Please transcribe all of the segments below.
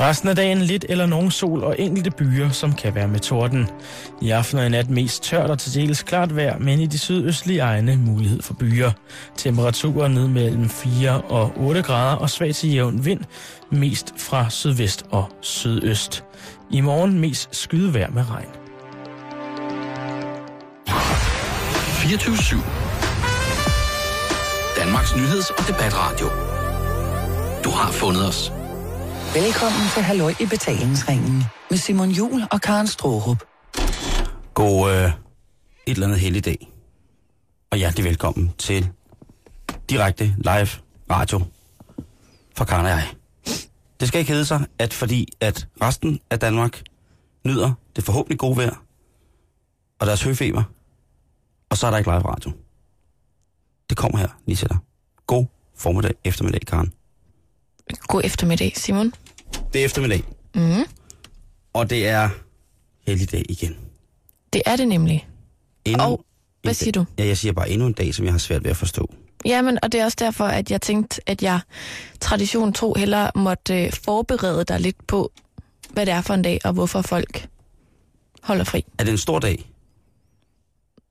Resten af dagen lidt eller nogen sol og enkelte byer, som kan være med torden. I aften og i nat mest tørt og til dels klart vejr, men i de sydøstlige egne mulighed for byer. Temperaturer ned mellem 4 og 8 grader og svag til jævn vind, mest fra sydvest og sydøst. I morgen mest skydevejr med regn. 24-7. Danmarks nyheds- og debatradio. Du har fundet os. Velkommen til Halløj i betalingsringen med Simon Jul og Karen Strohrup. God øh, et eller andet heldig dag. Og hjertelig velkommen til direkte live radio fra Karen og jeg. Det skal ikke hedde sig, at fordi at resten af Danmark nyder det forhåbentlig gode vejr og deres høfeber, og så er der ikke live radio. Det kommer her lige til dig. God formiddag, eftermiddag, Karen. God eftermiddag, Simon. Mhm. Det er eftermiddag. Mm. Og det er helligdag igen. Det er det nemlig. Endnu Og, hvad en siger dag- du? Ja, jeg siger bare endnu en dag, som jeg har svært ved at forstå. Jamen, og det er også derfor, at jeg tænkte, at jeg tradition tro heller måtte øh, forberede dig lidt på, hvad det er for en dag, og hvorfor folk holder fri. Er det en stor dag?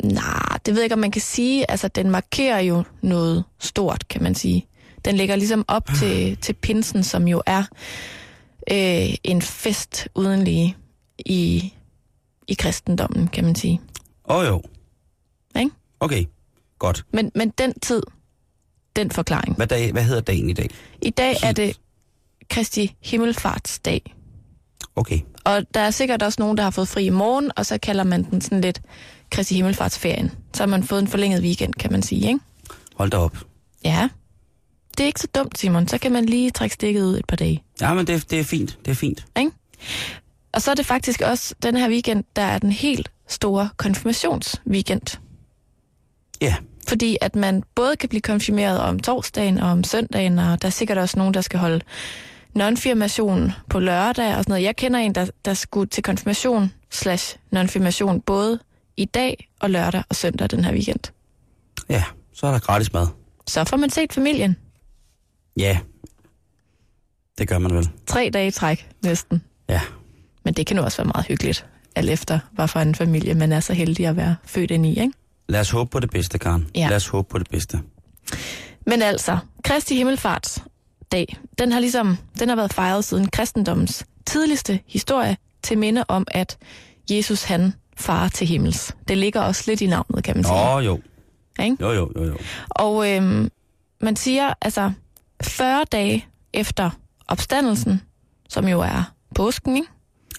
Nej, det ved jeg ikke, om man kan sige. Altså, den markerer jo noget stort, kan man sige. Den lægger ligesom op til, til pinsen, som jo er øh, en fest uden lige i, i kristendommen, kan man sige. Åh oh, jo. Ikke? Okay, godt. Men, men den tid, den forklaring. Hvad, dag, hvad hedder dagen i dag? I dag er Helt. det Kristi Himmelfartsdag, Okay, og der er sikkert også nogen, der har fået fri i morgen, og så kalder man den sådan lidt Kristi Himmelfartsferien. Så har man fået en forlænget weekend, kan man sige, ikke? hold da op. Ja. Det er ikke så dumt, Simon. Så kan man lige trække stikket ud et par dage. Ja, men det, det er fint, det er fint. Og så er det faktisk også den her weekend, der er den helt store konfirmationsweekend. Ja, Fordi at man både kan blive konfirmeret om torsdagen og om søndagen, og der er sikkert også nogen, der skal holde nonfirmation på lørdag og sådan noget. Jeg kender en, der, der skulle til konfirmation slash nonfirmation både i dag og lørdag og søndag den her weekend. ja, så er der gratis mad. Så får man set familien. Ja, det gør man vel. Tre dage i træk næsten. Ja, Men det kan nu også være meget hyggeligt, alt efter hvad for en familie man er så heldig at være født ind i, ikke? lad os håbe på det bedste, Karen. Ja. Lad os håbe på det bedste. Men altså, Kristi Himmelfarts dag, den har ligesom, den har været fejret siden kristendommens tidligste historie til minde om, at Jesus han farer til himmels. Det ligger også lidt i navnet, kan man sige. Åh oh, jo, Ikke? jo jo jo jo. Og øhm, man siger, altså 40 dage efter opstandelsen, som jo er påsken, ikke?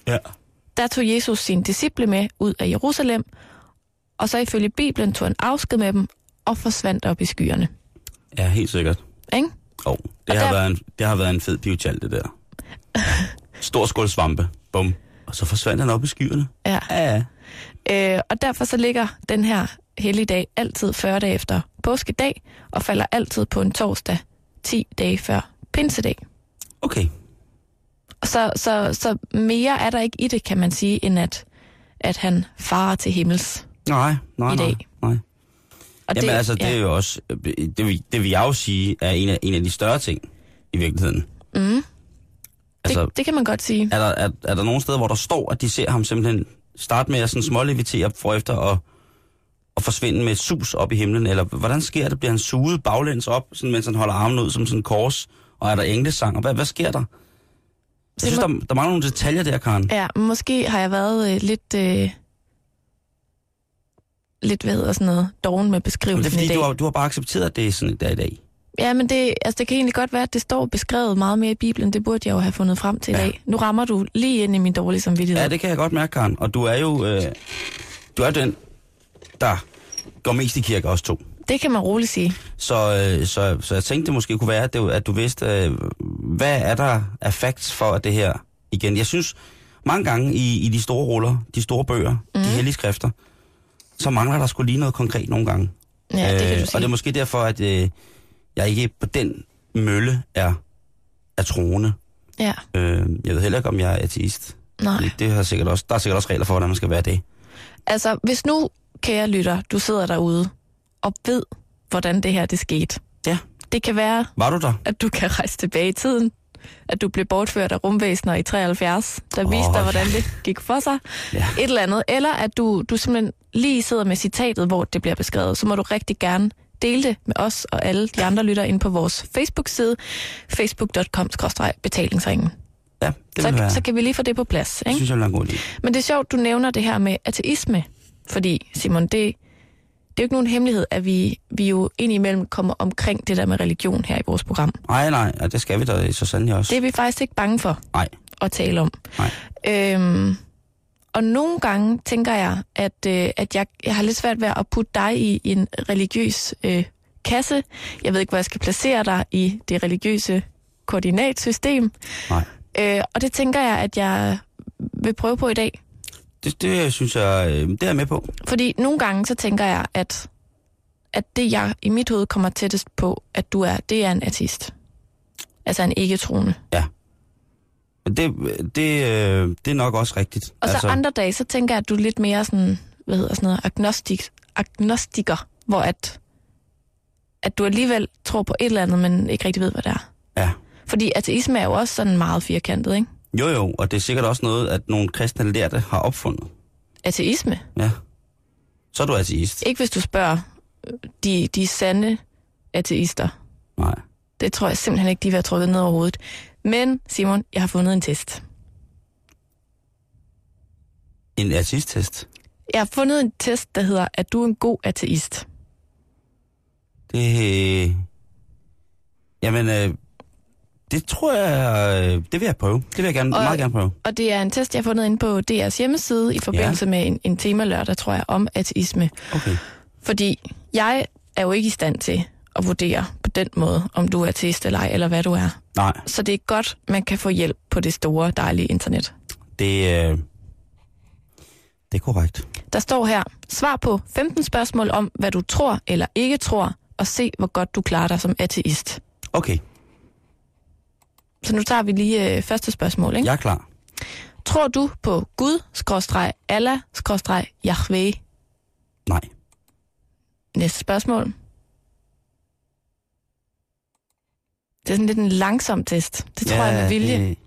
Ja. der tog Jesus sine disciple med ud af Jerusalem, og så ifølge Bibelen tog han afsked med dem og forsvandt op i skyerne. Ja, helt sikkert. Ikke? Jo, det, Og har der- været en, det har været en fed biochal, det der. Stor skål svampe. Bum. Og så forsvandt han op i skyerne. Ja. Ja, Øh, og derfor så ligger den her helligdag altid 40 dage efter påskedag, og falder altid på en torsdag 10 dage før pinsedag. okay. Så, så, så mere er der ikke i det, kan man sige, end at, at han farer til himmels. Nej, nej, I nej. dag. nej. Og Jamen det, altså, det ja. er jo også, det, vil- det vil jeg jo sige, er en af, en af de større ting i virkeligheden. Mm. Altså, det, det kan man godt sige. er, der, er, er der nogle steder, hvor der står, at de ser ham simpelthen starte med at sådan smålevitere for efter og, og forsvinde med et sus op i himlen? Eller hvordan sker det? Bliver han suget baglæns op, sådan, mens han holder armen ud som sådan en kors? Og er der englesang? Og hvad, hvad sker der? Jeg synes, der, der mangler nogle detaljer der, Karen. Ja, måske har jeg været øh, lidt... Øh, lidt, hvad hedder sådan noget, doven med Men det beskrivelsen er fordi, i dag. du har, du har bare accepteret, at det er sådan, der i dag. Ja, men det, altså det kan egentlig godt være, at det står beskrevet meget mere i Bibelen. Det burde jeg jo have fundet frem til i Ja. dag. Nu rammer du lige ind i min dårlige samvittighed. Ja, det kan jeg godt mærke, Karen. Og du er jo øh, du er den, der går mest i kirke, også to. det kan man roligt sige. Så, øh, så, så jeg tænkte, det måske kunne være, at, det, at du vidste, øh, hvad er der af facts for at det her igen? Jeg synes, mange gange i, i de store ruller, de store bøger, mm. Mhm. de hellige skrifter, så mangler der skulle lige noget konkret nogle gange. Øh, Ja, det kan du sige. og det er måske derfor, at øh, jeg ikke på den mølle er, er troende. Ja, Øh, jeg ved heller ikke, om jeg er ateist. nej. Det, det har sikkert også, der er sikkert også regler for, hvordan man skal være det. Altså, hvis nu, kære lytter, du sidder derude og ved, hvordan det her det skete. Ja. Det kan være, Var du der? at du kan rejse tilbage i tiden at du blev bortført af rumvæsener i 73, der Åh, viste dig, ja. hvordan det gik for sig. Ja. Et eller andet. Eller at du, du simpelthen lige sidder med citatet, hvor det bliver beskrevet. Så må du rigtig gerne dele det med os og alle de andre lytter ind på vores Facebook-side, facebook.com-betalingsringen. Ja, det vil Så, være. så kan vi lige få det på plads. Det Ikke? synes jeg er en god idé. Men det er sjovt, du nævner det her med ateisme, fordi Simon, det, det er jo ikke nogen hemmelighed, at vi, vi jo indimellem kommer omkring det der med religion her i vores program. Nej, nej, og det skal vi da så sandelig også. Det er vi faktisk ikke bange for Nej, at tale om. Nej. Øhm, og nogle gange tænker jeg, at, øh, at jeg, jeg har lidt svært ved at putte dig i en religiøs øh, kasse. Jeg ved ikke, hvor jeg skal placere dig i det religiøse koordinatsystem. nej. Øh, og det tænker jeg, at jeg vil prøve på i dag. Det, det synes jeg, øh, det er jeg med på. Fordi nogle gange, så tænker jeg, at, at det, jeg i mit hoved kommer tættest på, at du er, det er en artist. Altså en ikke-troende. Men Det, det, øh, det er nok også rigtigt. Og så altså... andre dage, så tænker jeg, at du er lidt mere sådan, hvad hedder sådan noget, agnostik, agnostiker, hvor at, at du alligevel tror på et eller andet, men ikke rigtig ved, hvad det er. Ja. Fordi ateisme er jo også sådan meget firkantet, ikke? Jo, jo, og det er sikkert også noget, at nogle kristne lærte har opfundet. Ateisme. Ja. Så er du ateist. Ikke hvis du spørger øh, de, de sande ateister. Nej. Det tror jeg simpelthen ikke, de vil have trukket ned over hovedet. Men Simon, jeg har fundet en test. En ateisttest. Jeg har fundet en test, der hedder, at du er en god ateist. Det... Øh, jamen, øh, det tror jeg... Øh, det vil jeg prøve. Det vil jeg gerne, Og- og... meget gerne prøve. Og det er en test, jeg har fundet inde på DR's hjemmeside i forbindelse ja. med en, en temalørdag, tror jeg, om ateisme. Okay. Fordi jeg er jo ikke i stand til at vurdere på den måde, om du er ateist eller ej, eller hvad du er. Nej, Så det er godt, man kan få hjælp på det store, dejlige internet. det... Øh, det er korrekt. Der står her, svar på 15 spørgsmål om, hvad du tror eller ikke tror, og se, hvor godt du klarer dig som ateist. Okay, Så nu tager vi lige øh, første spørgsmål, ikke? jeg er klar. Tror du på Gud, skråstreg, Allah, skråstreg, Yahweh? Nej. Næste spørgsmål. Det er sådan lidt en langsom test. Det tror ja, jeg med vilje. det-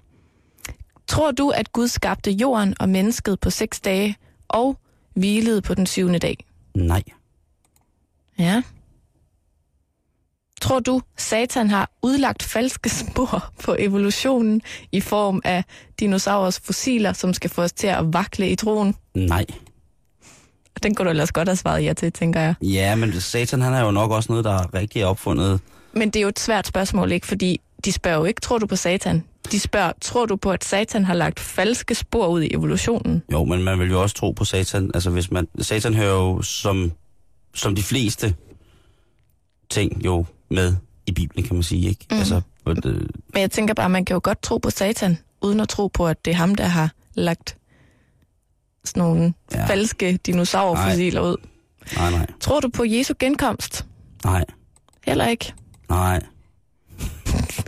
Tror du, at Gud skabte jorden og mennesket på seks dage og hvilede på den syvende dag? Nej. Ja. Tror du, Satan har udlagt falske spor på evolutionen i form af dinosaurers fossiler, som skal få os til at vakle i troen? Nej. Og Den kunne du ellers godt have svaret ja til, tænker jeg. Ja, men satan han er jo nok også noget, der rigtig er opfundet. Men det er jo et svært spørgsmål, ikke? Fordi de spørger jo ikke, tror du på Satan? De spørger, tror du på, at Satan har lagt falske spor ud i evolutionen? Jo, men man vil jo også tro på satan. Altså, hvis man... Satan hører jo som, som de fleste ting jo med i Bibelen, kan man sige, ikke? Mm. Altså, but, øh, Men jeg tænker bare, man kan jo godt tro på Satan, uden at tro på, at det er ham, der har lagt sådan nogle ja. Ja. falske dinosaurfossiler ud. nej, nej, Tror du på Jesu genkomst? nej, Heller ikke. nej.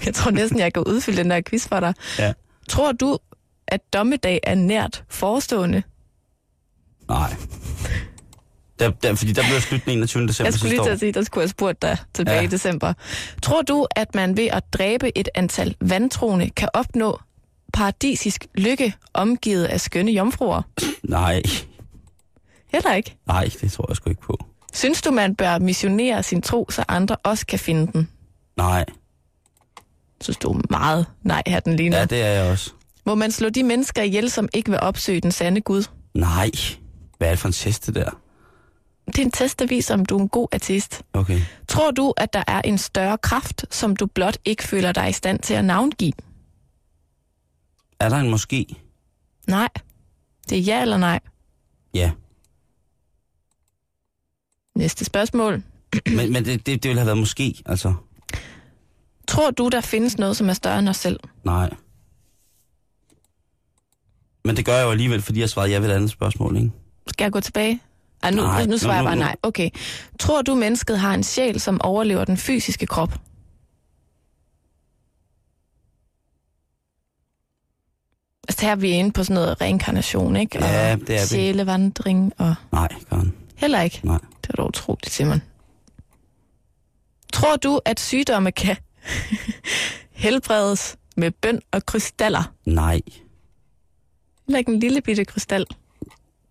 Jeg tror næsten, jeg kan udfylde den der quiz for dig. Ja. Tror du, at dommedag er nært forestående? Nej. Der, der, fordi der blev slut den 21. december Jeg skulle sidste lige år. til at sige, der skulle jeg have spurgt dig tilbage ja. Ja. i december. Tror du, at man ved at dræbe et antal vandtroende kan opnå paradisisk lykke omgivet af skønne jomfruer? Nej, Heller ikke. nej, det tror jeg sgu ikke på. Synes du, man bør missionere sin tro, så andre også kan finde den? Nej, Synes du er meget nej her den ligner. ja, Ja. det er jeg også. Må man slå de mennesker ihjel, som ikke vil opsøge den sande Gud? Nej, hvad er det for en test, det der? Det er en test, der viser, om du er en god artist. Okay. Tror du, at der er en større kraft, som du blot ikke føler dig i stand til at navngive? Er der en måske? Nej. Det er ja eller nej. Ja. Næste spørgsmål. Men, men det, det, det ville have været måske, altså. Tror du, der findes noget, som er større end os selv? Nej. Men det gør jeg jo alligevel, fordi jeg svarede ja ved et andet spørgsmål, ikke? Skal jeg gå tilbage? Ej, nu, Nej, nu svarer jeg nu- bare nu- nej. Okay. Tror du, mennesket har en sjæl, som overlever den fysiske krop? Altså her er vi inde på sådan noget reinkarnation, ikke? Og Ja, det er vi. sjælevandring og... Nej, Karen. Heller ikke. Nej. Det var da utroligt, Simon. Tror du, at sygdomme kan helbredes med bøn og krystaller. Nej. Heller ikke en lille bitte krystal.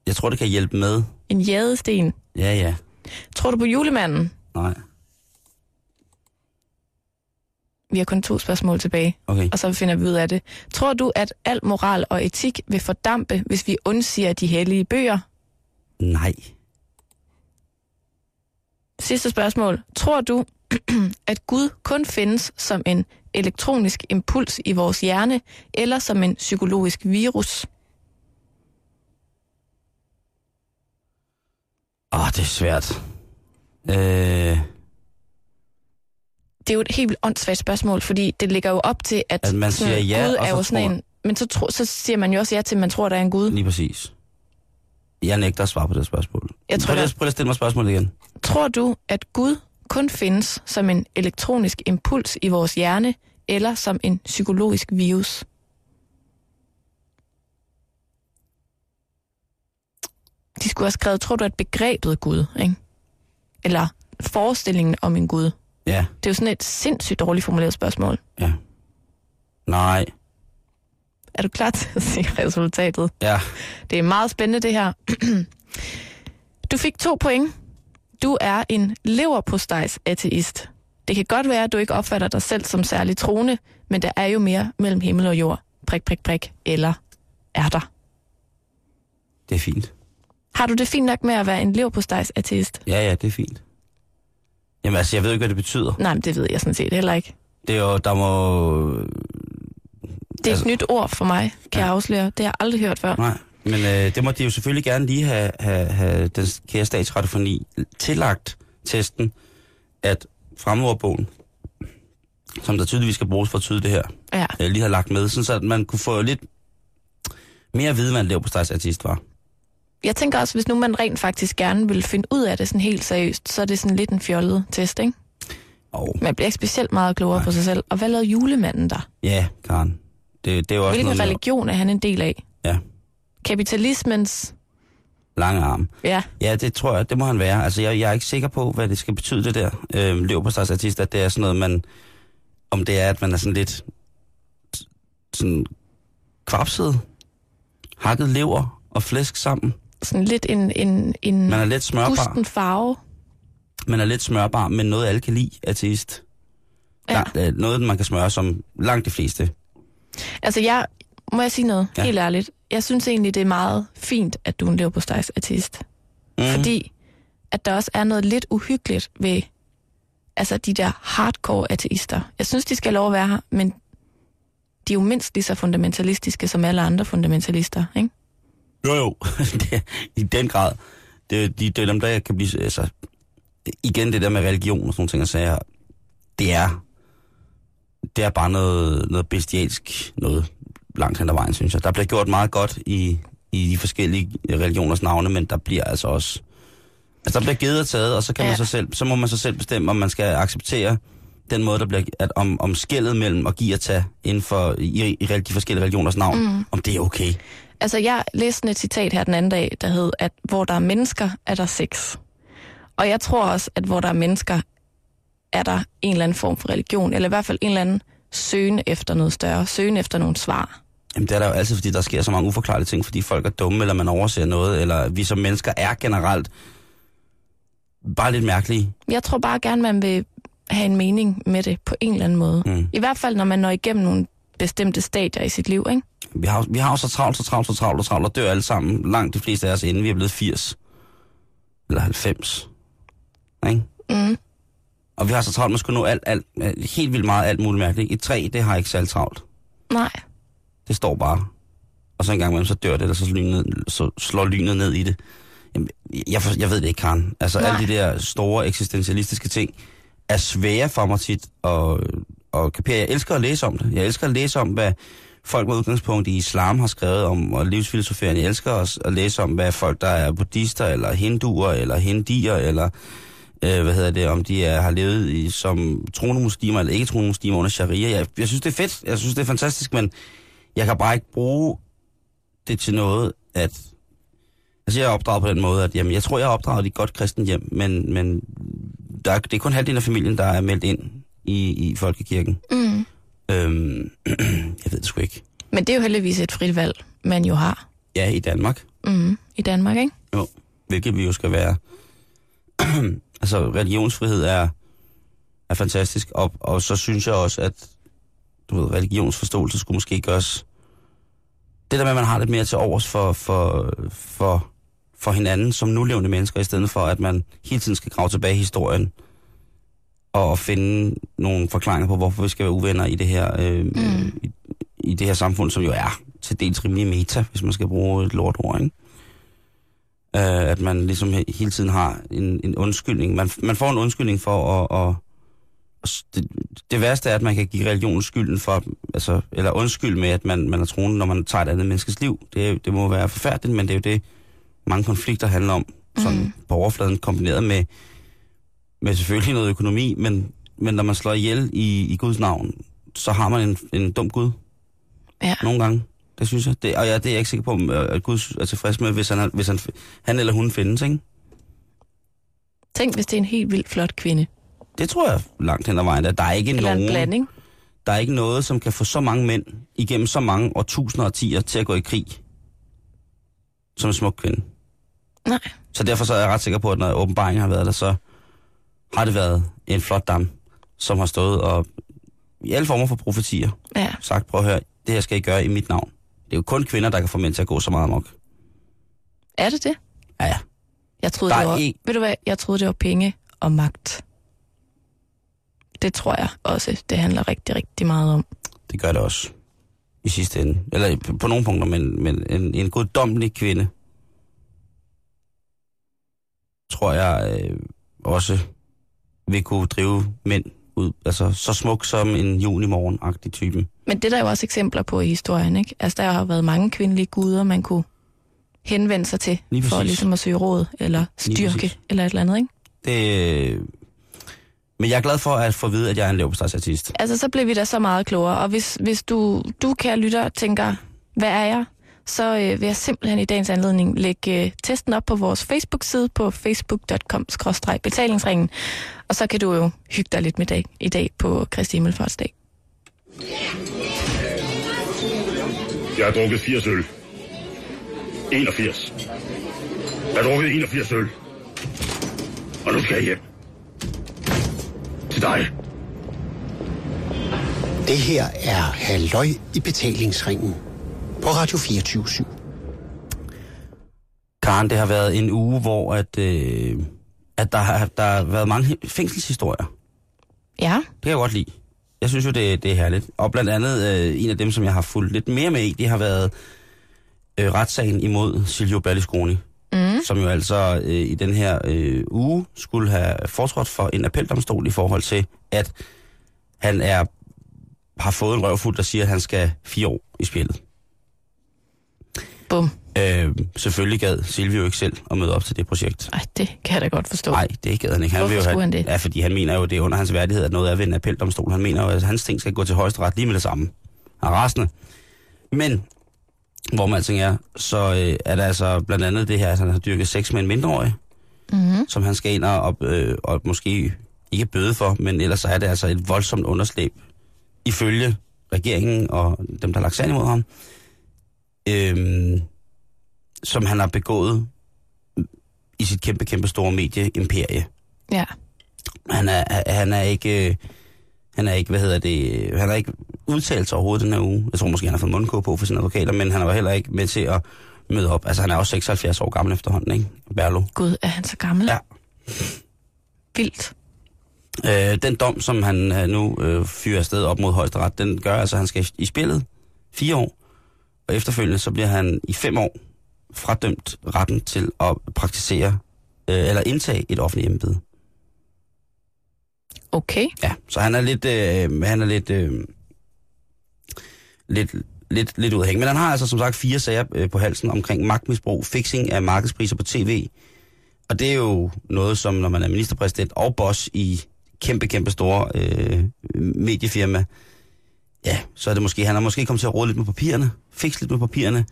Jeg tror, det kan hjælpe med. En jadesten. Ja, ja. Tror du på julemanden? Nej. Vi har kun to spørgsmål tilbage, Okay. og så finder vi ud af det. Tror du, at al moral og etik vil fordampe, hvis vi undsiger de hellige bøger? Nej. Sidste spørgsmål. Tror du, at Gud kun findes som en elektronisk impuls i vores hjerne, eller som en psykologisk virus? Åh, det er svært. Øh, Det er jo et helt vildt åndssvagt spørgsmål, fordi det ligger jo op til, at, At man sådan, siger ja, Gud og er så jo sådan tror- en... Men så, tro, så siger man jo også ja til, at man tror, der er en Gud. lige præcis. Jeg nægter at svare på det spørgsmål. Jeg tror, prøv, lige, der- at- prøv lige at stille mig spørgsmålet igen. Tror du, at Gud kun findes som en elektronisk impuls i vores hjerne, eller som en psykologisk virus? De skulle have skrevet, tror du, at begrebet Gud, ikke? eller forestillingen om en Gud? Ja, Det er jo sådan et sindssygt dårligt formuleret spørgsmål. ja. Nej. Er du klar til at se resultatet? Ja. Det er meget spændende, det her. Du fik to point. Du er en leverpostejs ateist. Det kan godt være, at du ikke opfatter dig selv som særlig troende, men der er jo mere mellem himmel og jord. Prik, prik, prik. Eller er der? Det er fint. Har du det fint nok med at være en leverpostejs ateist? Ja, ja, det er fint. Jamen altså, jeg ved ikke, hvad det betyder. Nej, men det ved jeg sådan set heller ikke. Det er jo, der må... Det er et Altså- nyt ord for mig, kan jeg afsløre. Det har jeg aldrig hørt før. Nej, men øh, det må de jo selvfølgelig gerne lige have, have, have den kære statsradiofoni tillagt testen, at fremordbogen, som der tydeligvis skal bruges for at tyde det her, Ja. jeg lige har lagt med, sådan så at man kunne få lidt mere at vide, hvad en lever på artist var. Jeg tænker også, hvis nu man rent faktisk gerne vil finde ud af det sådan helt seriøst, så er det sådan lidt en fjollet test, ikke? Og Man bliver ikke specielt meget klogere Nej. på sig selv. Og hvad lavede julemanden der? ja, Karen, det, det er jo også Hvilken noget religion er han en del af? med ja, Kapitalismens... lange arme. Ja, Ja, det tror jeg, det må han være. Altså, jeg, jeg er ikke sikker på, hvad det skal betyde, det der øhm, lever på artist, at det er sådan noget, man... Om det er, at man er sådan lidt... s- Sådan kvapset, hakket lever og flæsk sammen. sådan lidt en, en, en Man er lidt smørbar. gusten farve. Man er lidt smørbar, men noget, alle kan lide, artist. Ja. Der, øh, noget, man kan smøre som langt de fleste. Altså, jeg... Må jeg sige noget? Ja. Ja. Helt ærligt. Jeg synes egentlig, det er meget fint, at du er en leverpostejs-artist. Mm. Mm. Fordi at der også er noget lidt uhyggeligt ved altså de der hardcore ateister. Jeg synes, de skal have lov at være her, men de er jo mindst lige så fundamentalistiske som alle andre fundamentalister, ikke? Jo, jo. det, er- I den grad. Det, er- de, det er dem, der kan blive... Altså, igen det der med religion og sådan nogle ting, jeg sagde her. Det er, det er bare noget, noget bestialsk noget langt hen ad vejen, synes jeg. Der bliver gjort meget godt i, i de forskellige religioners navne, men der bliver altså også... Altså, der bliver givet og taget, og så, kan ja. Ja. man så, selv, så må man så selv bestemme, om man skal acceptere den måde, der bliver, at om, om skældet mellem at give og tage inden for i, i, de forskellige religioners navn, mm. om det er okay. Altså, jeg læste sådan et citat her den anden dag, der hed, at hvor der er mennesker, er der sex. Og jeg tror også, at hvor der er mennesker, er der en eller anden form for religion, eller i hvert fald en eller anden søgen efter noget større, søgen efter nogle svar. Jamen det er der jo altid, fordi der sker så mange uforklarlige ting, fordi folk er dumme, eller man overser noget, eller vi som mennesker er generelt bare lidt mærkelige. Jeg tror bare gerne, man vil have en mening med det på en eller anden måde. Mm. I hvert fald, når man når igennem nogle bestemte stadier i sit liv, ikke? Vi har, jo- vi har jo så travlt, så travlt, så travlt, og travlt, og dør alle sammen, langt de fleste af os, inden vi er blevet 80. Eller 90. Ikke? Mm. Og vi har så travlt, man skulle nå alt, alt, helt vildt meget alt muligt mærkeligt. Et træ, det har ikke særlig travlt. Nej. Det står bare. Og så en gang imellem, så dør det, eller så, slår lynet, så slår lynet ned i det. Jamen, jeg, for, jeg ved det ikke, Karen. Altså, Nej. alle de der store eksistentialistiske ting er svære for mig tit at, at kapere. Jeg elsker at læse om det. Jeg elsker at læse om, hvad folk med udgangspunkt i islam har skrevet om, og livsfilosoferen. Jeg elsker også at læse om, hvad folk, der er buddhister, eller hinduer, eller hindier, eller øh, hvad hedder det, om de er, har levet i, som troende muslimer eller ikke troende muslimer under sharia. Jeg, jeg synes, det er fedt. Jeg synes, det er fantastisk, men jeg kan bare ikke bruge det til noget, at... Altså, jeg er opdraget på den måde, at jamen, jeg tror, jeg er opdraget i et godt kristent hjem, men, men der er, det er kun halvdelen af familien, der er meldt ind i, i folkekirken. Mm. Øhm, jeg ved det sgu ikke. Men det er jo heldigvis et frit valg, man jo har Ja, i Danmark. mm, i Danmark, ikke? Jo, hvilket vi jo skal være. altså, religionsfrihed er, er fantastisk, og, og så synes jeg også, at du ved, religionsforståelse skulle måske gøres... Det der med, at man har lidt mere til overs for, for, for, for hinanden som nulevende mennesker, i stedet for, at man hele tiden skal grave tilbage i historien og og finde nogle forklaringer på, hvorfor vi skal være uvenner i det her, øh, mm. i, i det her samfund, som jo er til dels rimelig meta, hvis man skal bruge et lortord, ikke? Øh, at man ligesom he- hele tiden har en, en undskyldning. Man, man får en undskyldning for at... at at s- det, det værste er, at man kan give religionen skylden for, altså, eller undskyld med, at man, man er troende, når man tager et andet menneskes liv. Det, er- det må være forfærdeligt, men det er jo det, mange konflikter handler om, sådan Mhm. mm. på overfladen, kombineret med, med selvfølgelig noget økonomi, men, men når man slår ihjel i, i Guds navn, så har man en, en dum Gud. Ja. Nogle gange. Det synes jeg. Det, og ja, det er jeg ikke sikker på, om, øh, at Gud er tilfreds med, hvis han, hvis han, han eller hun findes, ikke? Tænk, hvis det er en helt vildt flot kvinde. Det tror jeg langt hen ad vejen. at Der er ikke Eller en nogen, blanding. der er ikke noget, som kan få så mange mænd igennem så mange årtusinder og tiger til at gå i krig som en smuk kvinde. Nej. Så derfor så er jeg ret sikker på, at når åbenbaringen har været der, så har det været en flot dam, som har stået og i alle former for profetier Ja, sagt, prøv at høre, det her skal I gøre i mit navn. Det er jo kun kvinder, der kan få mænd til at gå så meget amok. er det det? Ja, ja. Jeg troede, Der det er var, en- ved du hvad, jeg troede, det var penge og magt. Det tror jeg også, det handler rigtig, rigtig meget om. Det gør det også. I sidste ende. Eller på- på nogle punkter, men, men en, en guddommelig kvinde, tror jeg øh, også vil kunne drive mænd ud. Altså så smuk som en junimorgen-agtig type. Men det er der jo også eksempler på i historien, ikke? Altså, der har jo været mange kvindelige guder, man kunne henvende sig til, Lige for præcis. ligesom at søge råd, eller styrke, præcis. eller et eller andet, ikke? Det, øh, men jeg er glad for at få at vide, at jeg er en leverpostejsartist. Altså, så blev vi da så meget klogere, og hvis, hvis du, du, kære lytter, tænker, hvad er jeg? Så øh, vil jeg simpelthen i dagens anledning lægge øh, testen op på vores Facebook-side på facebook.com-betalingsringen, og så kan du jo hygge dig lidt med dag, i dag på Kristi Himmelfarts dag. Jeg har drukket 80 øl. 81. Jeg har drukket 81 øl. Og nu skal jeg hjem. Til dig. Det her er Halløj i betalingsringen på Radio 24 /7. Karen, det har været en uge, hvor at, øh, at der, har, der har været mange fængselshistorier. Ja, Det kan jeg godt lide. Jeg synes jo, det, det er herligt. Og blandt andet øh, en af dem, som jeg har fulgt lidt mere med i, det har været øh, retssagen imod Silvio Berlusconi. Mm. Som jo altså øh, i den her øh, uge skulle have fortrådt for en appeldomstol i forhold til, at han er har fået en røvfuld, der siger, at han skal fire år i spjældet. bum. Øh, selvfølgelig gad Silvio ikke selv at møde op til det projekt. Ej, det kan jeg da godt forstå. Nej, det gad han ikke. Han Hvorfor vil jo skulle have, han det? Ja, fordi han mener jo, det er under hans værdighed, at noget er ved en appeldomstol. Han mener jo, at hans ting skal gå til højesteret lige med det samme. Han er rasende. Men, hvor man alting er, så øh, er der altså blandt andet det her, at han har dyrket sex med en mindreårig, Mm. mm-hmm. som han skal ind og, op, øh, og måske ikke bøde for, men ellers så er det altså et voldsomt underslæb, ifølge regeringen og dem, der har lagt sand imod ham, øh, som han har begået i sit kæmpe, kæmpe store medieimperie. Ja, Han er, han er ikke... øh, Han er ikke, hvad hedder det, øh, han har ikke udtalt sig overhovedet den her uge. Jeg tror måske, han har fået mundkåb på for sine advokater, men han var heller ikke med til at møde op. Altså, han er også 76 år gammel efterhånden, ikke? Berlo. gud, er han så gammel? Ja. Vildt. Øh, den dom, som han øh, nu øh, fyrer afsted op mod højesteret, den gør altså, at han skal i spillet fire år, og efterfølgende så bliver han i fem år fradømt retten til at praktisere øh, eller indtage et offentligt embede. Okay. Ja, så han er lidt, øh, han er lidt, øh, lidt, lidt, lidt ud af hængen. Men han har altså som sagt fire sager øh, på halsen omkring magtmisbrug, fixing af markedspriser på tv. Og det er jo noget, som når man er ministerpræsident og boss i kæmpe, kæmpe store øh, mediefirma, ja, så er det måske, han har måske kommet til at råde lidt med papirerne, fikse lidt med papirerne,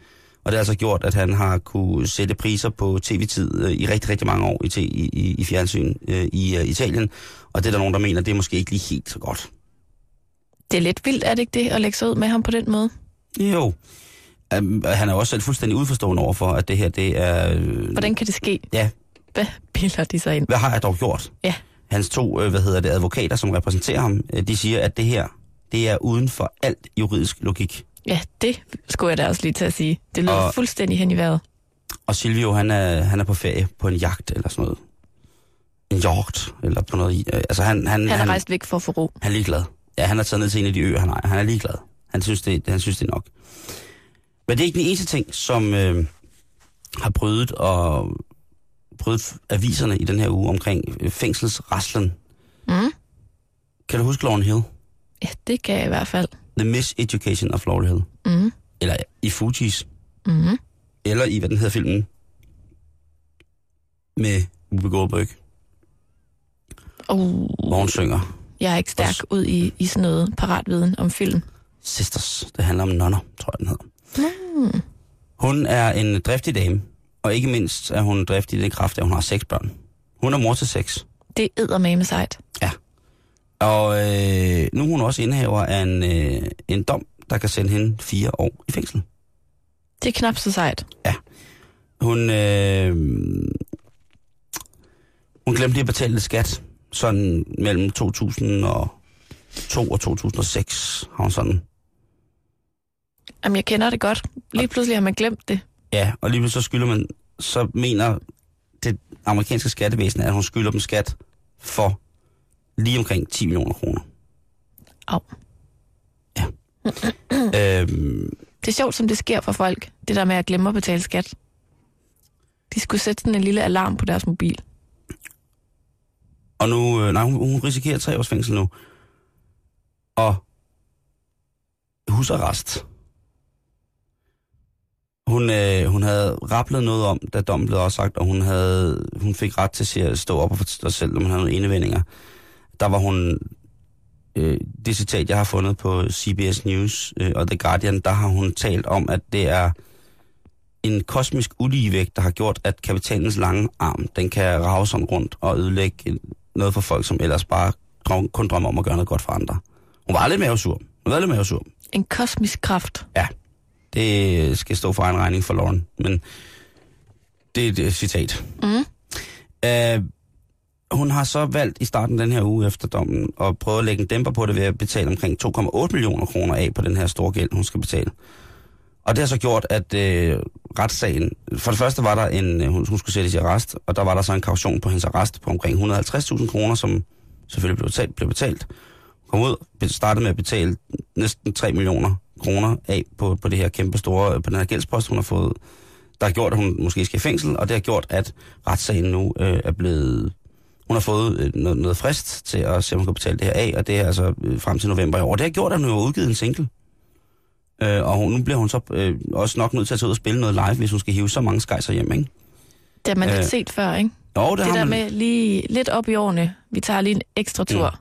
og det har altså gjort, at han har kunne sætte priser på tv-tid øh, i rigtig, rigtig mange år i, t- i, i- i fjernsyn øh, i øh, Italien. Og det er der nogen, der mener, det er måske ikke lige helt så godt. Det er lidt vildt, er det ikke det, at lægge sig ud med ham på den måde? Jo. Um, han er jo også selv fuldstændig udforstående overfor, at det her, det er... øh, Hvordan kan det ske? Ja, Hvad bilder de sig ind? hvad har jeg dog gjort? Ja. Hans to, øh, hvad hedder det, advokater, som repræsenterer ham, øh, de siger, at det her, det er uden for alt juridisk logik. Ja, det skulle jeg da også lige til at sige. Det lyder Og- og... fuldstændig hen i vejret. Og Silvio, han er, han er på ferie på en jagt eller sådan noget. En jagt eller på noget. øh, Altså han, han, Han er rejst væk for at få ro. han er ligeglad. Ja, han er taget ned til en af de øer, han ejer. Han er ligeglad. Han synes det, han synes det er nok. Men det er ikke den eneste ting, som øh, har brydet og brydet aviserne i den her uge omkring øh, fængselsraslen. Mm. Kan du huske Lauren Hill? Ja, det kan jeg i hvert fald. The Miseducation of Lauren Hill. Mm. Eller i Fugees. Mm. Eller i, hvad den hedder filmen? Med Uwe Goldberg, Oh, hvor hun synger jeg er ikke stærk ud i, i sådan noget paratviden om film. Sisters. Det handler om nonner, tror jeg, den hedder. Hun er en driftig dame, og ikke mindst er hun driftig i den kraft, at hun har seks børn. Hun er mor til seks, Det æder med sejt. og øh, nu er hun også indehaver af en, øh, en dom, der kan sende hende fire år i fængsel. Det er knap så sejt. Hun, øh, hun glemte lige at betale lidt skat. Sådan mellem 2002 og 2006 har hun sådan. Jamen, jeg kender det godt. Lige pludselig har man glemt det. Ja, og lige pludselig så skylder man, så mener det amerikanske skattevæsen, at hun skylder dem skat for lige omkring 10 millioner kroner. Au. øhm, Det er sjovt, som det sker for folk. Det der med at glemme at betale skat. De skulle sætte sådan en lille alarm på deres mobil. og nu, øh, nej, hun, hun risikerer tre års fængsel nu. Og husarrest. Hun, øh, hun havde rapplet noget om, da dommen blev afsagt, og hun, havde, hun fik ret til sig at stå op og fortælle sig selv, om hun havde nogle indevendinger. Der var hun... Øh, det citat, jeg har fundet på CBS News øh, og The Guardian, der har hun talt om, at det er en kosmisk uligevægt, der har gjort, at kapitalens lange arm, den kan rave sådan rundt og ødelægge noget for folk, som ellers bare drøm- kun drømmer om at gøre noget godt for andre. Hun var lidt mavesur. Hun var lidt mavesur. En kosmisk kraft. Ja, det skal stå for en regning for Lauren, men det er et øh, citat. Mm. Øh, hun har så valgt i starten af den her uge efter dommen at prøve at lægge en dæmper på det ved at betale omkring 2,8 millioner kroner af på den her store gæld, hun skal betale. Og det har så gjort, at øh, retssagen... For det første var der en... øh, Hun, hun skulle sættes i arrest, og der var der så en kaution på hendes arrest på omkring 150.000 kroner, som selvfølgelig blev betalt. Blev betalt. Hun kom ud og startede med at betale næsten 3 millioner kroner af på, på det her kæmpe store, øh, på den her gældspost, hun har fået, der har gjort, at hun måske skal i fængsel, og det har gjort, at retssagen nu øh, er blevet... Hun har fået øh, noget, noget frist til at se, om hun kan betale det her af, og det er altså øh, frem til november i år. Det har gjort, at hun jo har udgivet en single. Øh, og hun, nu bliver hun så øh, også nok nødt til at tage ud og spille noget live, hvis hun skal hive så mange skejser hjem, ikke? Det har man Øh, ikke set før, ikke? Jo, det, Det, har det der man. med lige lidt op i årene. Vi tager lige en ekstra tur.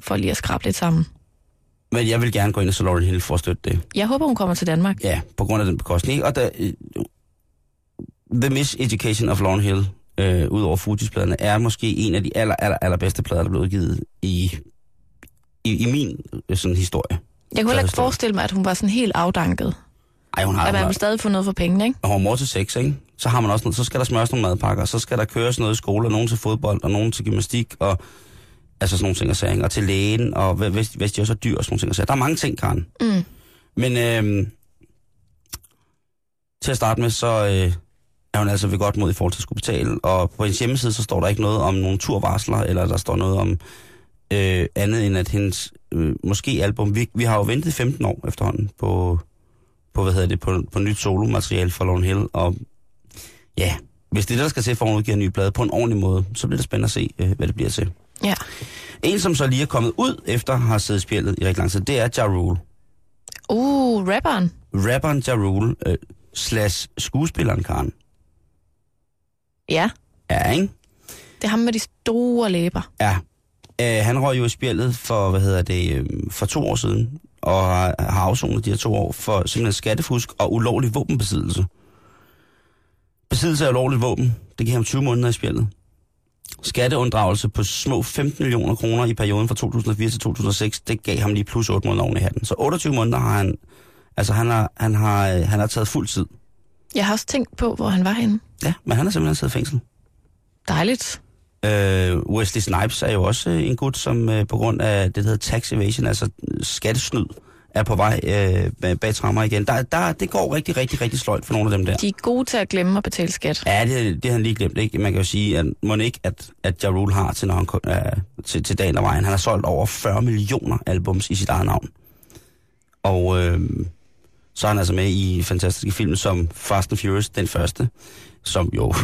For lige at skrabe lidt sammen. Men jeg vil gerne gå ind og så Lauren Hill for at støtte det. Jeg håber, hun kommer til Danmark. Ja, på grund af den bekostning. ikke? Og der, øh, The Miseducation of Lauryn Hill, øh, ud over Fugees-pladerne, er måske en af de aller, aller, allerbedste plader, der blev udgivet i, i, i min øh, sådan, historie. Jeg kunne Så forstår heller ikke jeg. forestille mig, at hun var sådan helt afdanket. Ej, hun har, At hun man har, vil stadig få noget for pengene, ikke? og hun er mor til sex, ikke? Så har man også noget, så skal der smøres nogle madpakker, så skal der køres noget i skole, og nogen til fodbold, og nogen til gymnastik, og altså sådan nogle ting og sager, ikke? og til lægen, og hv- hvis, hvis de også er dyr, og sådan nogle ting og sager. Der er mange ting, Karen. Mm. Men øhm, til at starte med, så øh, er hun altså ved godt mod i forhold til at skulle betale, og på hendes hjemmeside, så står der ikke noget om nogle turvarsler, eller der står noget om øh, andet end, at hendes øh, måske album, vi, vi har jo ventet 15 år efterhånden på på, hvad hedder det, på, på nyt solomateriale fra Lone Hill, og ja, hvis det er det, der skal til for, at hun udgiver en ny plade på en ordentlig måde, så bliver det spændende at se, øh, hvad det bliver til. Ja. En, som så lige er kommet ud efter har siddet i spjældet i rigtig lang tid, det er Ja Rule. Uh, rapperen. Rapperen Ja Rule øh, slash skuespilleren Karen. Ja, Ja, ikke? det er ham med de store læber. Ja. Øh, han røg jo i spjældet for, hvad hedder det, øh, for to år siden, og har, har afsonet de her to år for simpelthen skattefusk og ulovlig våbenbesiddelse. Besiddelse af ulovligt våben, det giver ham 20 måneder i spjældet. skatteunddragelse på små 15 millioner kroner i perioden fra 2004 til 2006, det gav ham lige plus 8 måneder oven i hatten. Så 28 måneder har han, altså han har, han har, øh, han har taget fuld tid. Jeg har også tænkt på, hvor han var henne. Ja, men han har simpelthen siddet i fængsel. Dejligt. Øh, Wesley Snipes er jo også øh, en gut, som øh, på grund af det, der hedder tax evasion, altså øh, skattesnyd, er på vej øh, bag- bag trammer igen. Der, der, det går rigtig, rigtig, rigtig sløjt for nogle af dem der. De er gode til at glemme at betale skat. Ja, det, det har han lige glemt, ikke? Man kan jo sige, at må det ikke, at, at Ja Rule har til, når han, kom- øh, til, til dagen og vejen. Han har solgt over 40 millioner albums i sit eget navn. Og øh, så er han altså med i fantastiske film som Fast and Furious, den første, som jo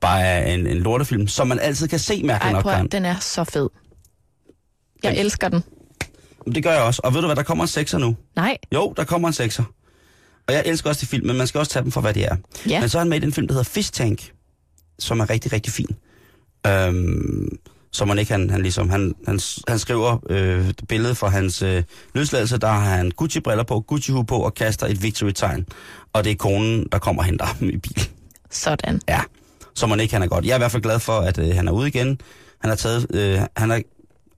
bare er en, en lortefilm, som man altid kan se, mærker Ej, nok. prøv, Karen. at- den er så fed. Jeg elsker den. Men Det gør jeg også. Og ved du hvad, der kommer en sekser nu. Nej, Jo, der kommer en sekser. Og jeg elsker også de film, men man skal også tage dem for, hvad de er. ja. Men så er han med i den film, der hedder Fish Tank, som er rigtig, rigtig fin. Øhm, som man ikke, han, han ligesom, han, han, han skriver øh, et billede fra hans øh, løsladelse, der har han Gucci-briller på, Gucci-hue på og kaster et victory-tegn. Og det er konen, der kommer og henter ham i bil. Sådan. Ja, så man ikke, han er godt. Jeg er i hvert fald glad for, at øh, han er ude igen. Han har taget, øh, han er,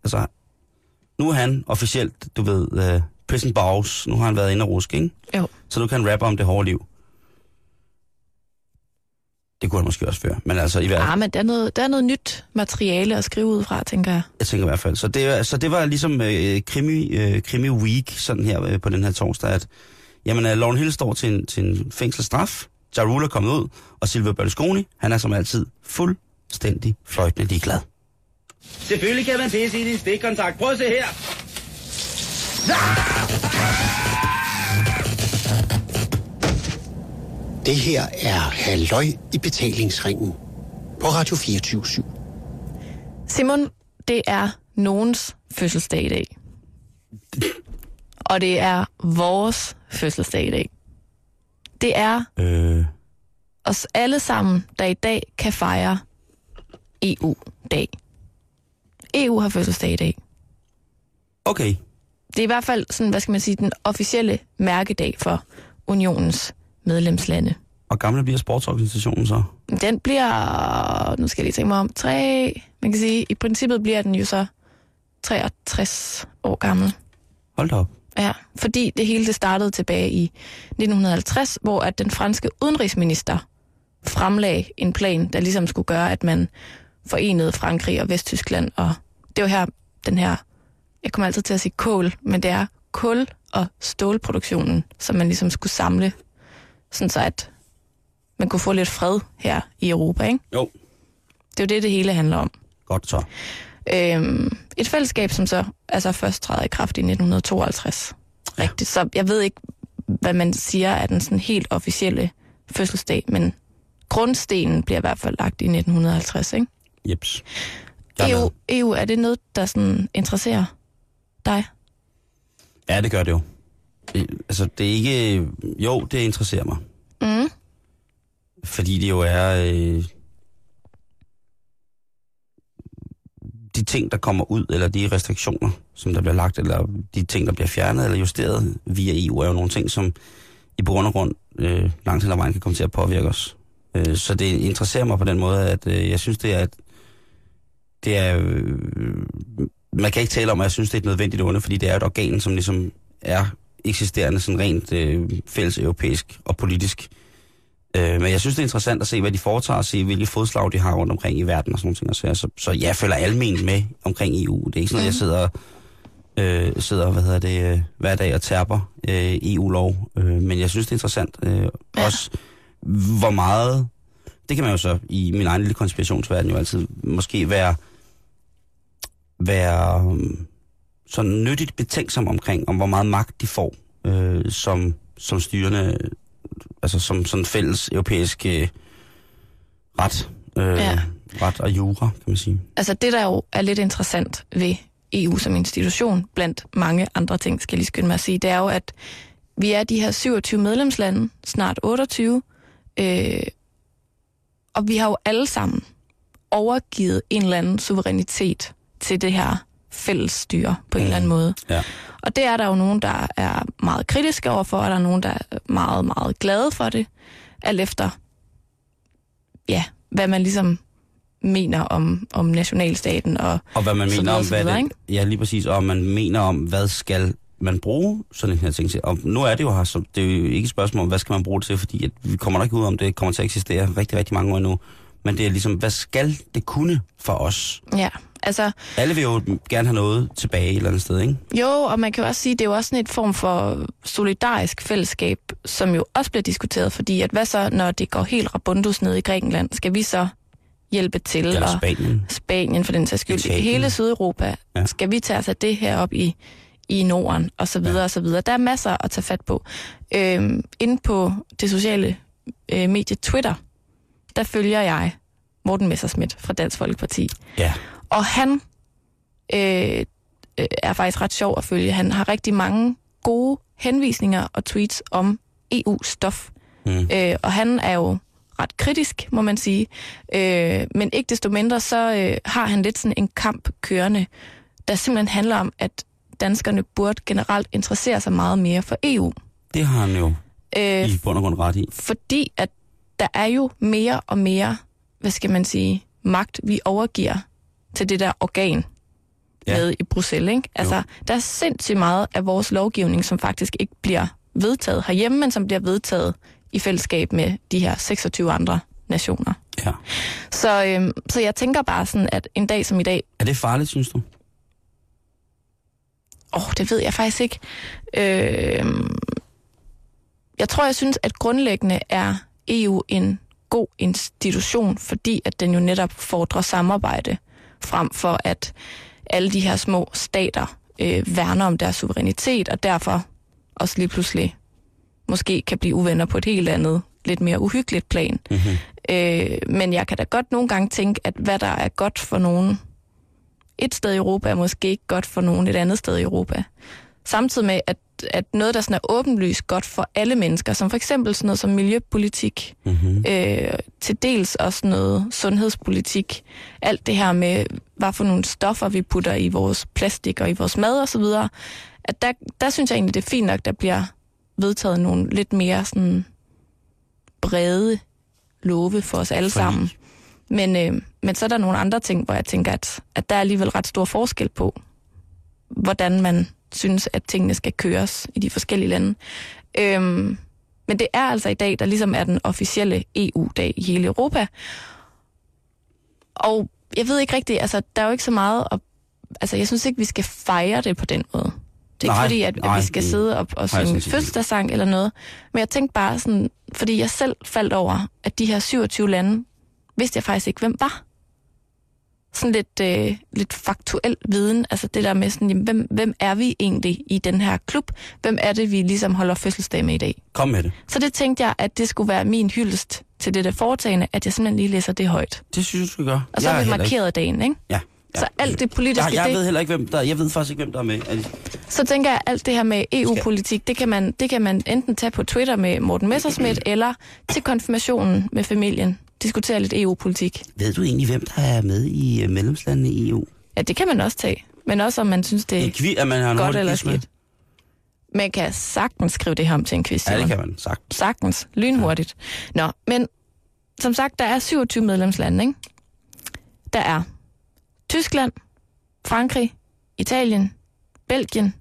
altså, nu er han officielt, du ved, øh, prison bars. Nu har han været inde og ruske, ikke? Jo. Så nu kan han rappe om det hårde liv. Det kunne han måske også før, men altså i hvert Ja, fald, ah, men der er, noget, der er noget nyt materiale at skrive ud fra, tænker jeg. jeg tænker i hvert fald. Så det, er- så det var ligesom øh, krimi, øh, krimi week, sådan her øh, på den her torsdag, at jamen, øh, Lauren Hill står til en, til en fængselsstraf, Ja Rule er kommet ud, og Silvio Berlusconi, han er som altid fuldstændig fløjtende ligeglad. Selvfølgelig kan man pisse i din stikkontakt. Prøv at se her. Det her er Halløj i betalingsringen på Radio 24 7. Simon, det er nogens fødselsdag i dag. Og det er vores fødselsdag i dag. Det er Øh, os alle sammen, der i dag kan fejre E EU-dag. EU E har fødselsdag i dag. okay. Det er i hvert fald sådan, hvad skal man sige, den officielle mærkedag for unionens medlemslande. Og gamle bliver sportsorganisationen så? Den bliver, nu skal jeg lige tænke mig om, tre, man kan sige, i princippet bliver den jo så 63 år gammel. Hold da op. Ja, fordi det hele det startede tilbage i 1950, hvor at den franske udenrigsminister fremlagde en plan, der ligesom skulle gøre, at man forenede Frankrig og Vesttyskland, og det var her, den her, jeg kommer altid til at sige kål, men det er kul- og stålproduktionen, som man ligesom skulle samle, sådan så at man kunne få lidt fred her i Europa, ikke? Jo. Det er jo det, det hele handler om. Godt så. Øhm, et fællesskab, som så altså først træder i kraft i 1952. Rigtigt. Så jeg ved ikke, hvad man siger er den sådan helt officielle fødselsdag, men grundstenen bliver i hvert fald lagt i 1950. Ikke? E Jeps. Jeg er EU, med. EU, er det noget, der sådan interesserer dig? Ja, det gør det jo. Øh, Altså, det er ikke... Jo, det interesserer mig. Mm. Fordi det jo er... Øh, de ting, der kommer ud, eller de restriktioner, som der bliver lagt, eller de ting, der bliver fjernet eller justeret via EU, er jo nogle ting, som i bund og grund øh, langt hen ad vejen kan komme til at påvirke os. Øh, så det interesserer mig på den måde, at øh, jeg synes, det er... Et, det er øh, man kan ikke tale om, at jeg synes, det er et nødvendigt onde, fordi det er et organ, som ligesom er eksisterende sådan rent øh, fælles europæisk og politisk. Øh, men jeg synes, det er interessant at se, hvad de foretager, og se, hvilke fodslag de har rundt omkring i verden og sådan nogle ting. og sager. Så, så jeg følger almen med omkring EU. Det er ikke sådan, at jeg sidder, øh, sidder hvad hedder det, øh, hver dag og tærper øh, EU-lov. Øh, men jeg synes, det er interessant. Øh, Ja. Også hvor meget... Det kan man jo så i min egen lille konspirationsverden jo altid måske være, være øhm, sådan nyttigt betænksom omkring, om hvor meget magt de får øh, som, som styrende altså som sådan fælles europæisk øh, ret, øh, Ja. ja. ret og jura, kan man sige. Altså det, der jo er lidt interessant ved EU som institution, blandt mange andre ting, skal jeg lige skynde mig at sige, det er jo, at vi er de her 27 medlemslande, snart 28, øh, og vi har jo alle sammen overgivet en eller anden suverænitet til det her fælles styre på en eller anden måde. Ja. Og det er der jo nogen, der er meget kritiske overfor, og der er nogen, der er meget, meget glade for det, alt efter, ja, hvad man ligesom mener om, om nationalstaten. Og, Og hvad man Så mener videre, om, så hvad videre, det, ikke? ja, lige præcis, og om man mener om, hvad skal man bruge sådan en her ting til. Og nu er det jo her, så det er jo ikke et spørgsmål om, hvad skal man bruge det til, fordi at vi kommer nok ikke ud om, det kommer til at eksistere rigtig, rigtig mange år endnu. Men det er ligesom, hvad skal det kunne for os? ja, altså, Alle vil jo gerne have noget tilbage et eller andet sted, ikke? jo, og man kan jo også sige, det er jo også sådan et form for solidarisk fællesskab, som jo også bliver diskuteret, fordi at hvad så, når det går helt rabundus ned i Grækenland, skal vi så hjælpe til? Eller og- Spanien. Spanien for den sags skyld, Italien. Italien. hele Sydeuropa, Ja. ja. skal vi tage os af det her op i, i Norden, og så videre, ja. og så videre. Der er masser at tage fat på. Øhm, inde på det sociale øh, medie Twitter, der følger jeg Morten Messerschmidt fra Dansk Folkeparti. Ja. Og han øh, øh, er faktisk ret sjov at følge. Han har rigtig mange gode henvisninger og tweets om EU-stof. Mm. Øh, og han er jo ret kritisk, må man sige. Øh, men ikke desto mindre, så øh, har han lidt sådan en kamp kørende, der simpelthen handler om, at danskerne burde generelt interessere sig meget mere for EU. Det har han jo Øh, i bund og grund ret i. fordi at der er jo mere og mere, hvad skal man sige, magt, vi overgiver til det der organ Ja. ja. nede i Bruxelles. Ikke? Altså, der er sindssygt meget af vores lovgivning, som faktisk ikke bliver vedtaget herhjemme, men som bliver vedtaget i fællesskab med de her 26 andre nationer. Ja. Så, øhm, så jeg tænker bare sådan, at en dag som i dag, Er det farligt, synes du? åh, det ved jeg faktisk ikke. Øhm, jeg tror, jeg synes, at grundlæggende er EU en god institution, fordi at den jo netop fordrer samarbejde, frem for at alle de her små stater øh, værner om deres suverænitet, og derfor også lige pludselig måske kan blive uvenner på et helt andet, lidt mere uhyggeligt plan. Mm-hmm. Øh, men jeg kan da godt nogle gange tænke, at hvad der er godt for nogen et sted i Europa, er måske ikke godt for nogen et andet sted i Europa. Samtidig med, at, at noget, der sådan er åbenlyst godt for alle mennesker, som for eksempel sådan noget som miljøpolitik, Mm-hmm. øh, til dels også noget sundhedspolitik, alt det her med, hvad for nogle stoffer vi putter i vores plastik og i vores mad osv., at der, der synes jeg egentlig, det er fint nok, der bliver vedtaget nogle lidt mere sådan brede love for os alle Forlig. sammen. Men, øh, men så er der nogle andre ting, hvor jeg tænker, at, at der er alligevel ret stor forskel på, hvordan man synes, at tingene skal køres i de forskellige lande. Øhm, men det er altså i dag, der ligesom er den officielle EU-dag i hele Europa. Og jeg ved ikke rigtigt, altså der er jo ikke så meget at, Altså jeg synes ikke, vi skal fejre det på den måde. Det er Nej, ikke fordi, at, nej, at vi skal det- sidde og, og Nej, jeg synge synes ikke. fødselsdagssang eller noget. Men jeg tænkte bare sådan, fordi jeg selv faldt over, at de her 27 lande, vidste jeg faktisk ikke, hvem var. Sådan lidt, øh, lidt faktuel viden, altså det der med sådan, jamen, hvem, hvem er vi egentlig i den her klub? Hvem er det, vi ligesom holder fødselsdag med i dag? Kom med det. Så det tænkte jeg, at det skulle være min hyldest til det der foretagende, at jeg simpelthen lige læser det højt. Det synes jeg, du skal gøre. Og så Jeg har er vi heller ikke- markeret dagen, ikke? Ja. ja. Så alt det politiske, jeg, jeg det, ved heller ikke, hvem der Jeg ved faktisk ikke, hvem der er med. Er det- så tænker jeg, at alt det her med EU-politik, det kan, man, det kan man enten tage på Twitter med Morten Messerschmidt, eller til konfirmationen med familien, diskutere lidt E EU-politik. Ved du egentlig, hvem der er med i øh, medlemslandene i EU? Ja, det kan man også tage. Men også om man synes, det En er kvi, at man har en godt hurtig eller quiz med? skidt. Man kan sagtens skrive det her om til en quiz, Ja, det Simon. kan man sagt. Sagtens. Lynhurtigt. Nå, men som sagt, der er 27 medlemslande, ikke? Der er Tyskland, Frankrig, Italien, Belgien,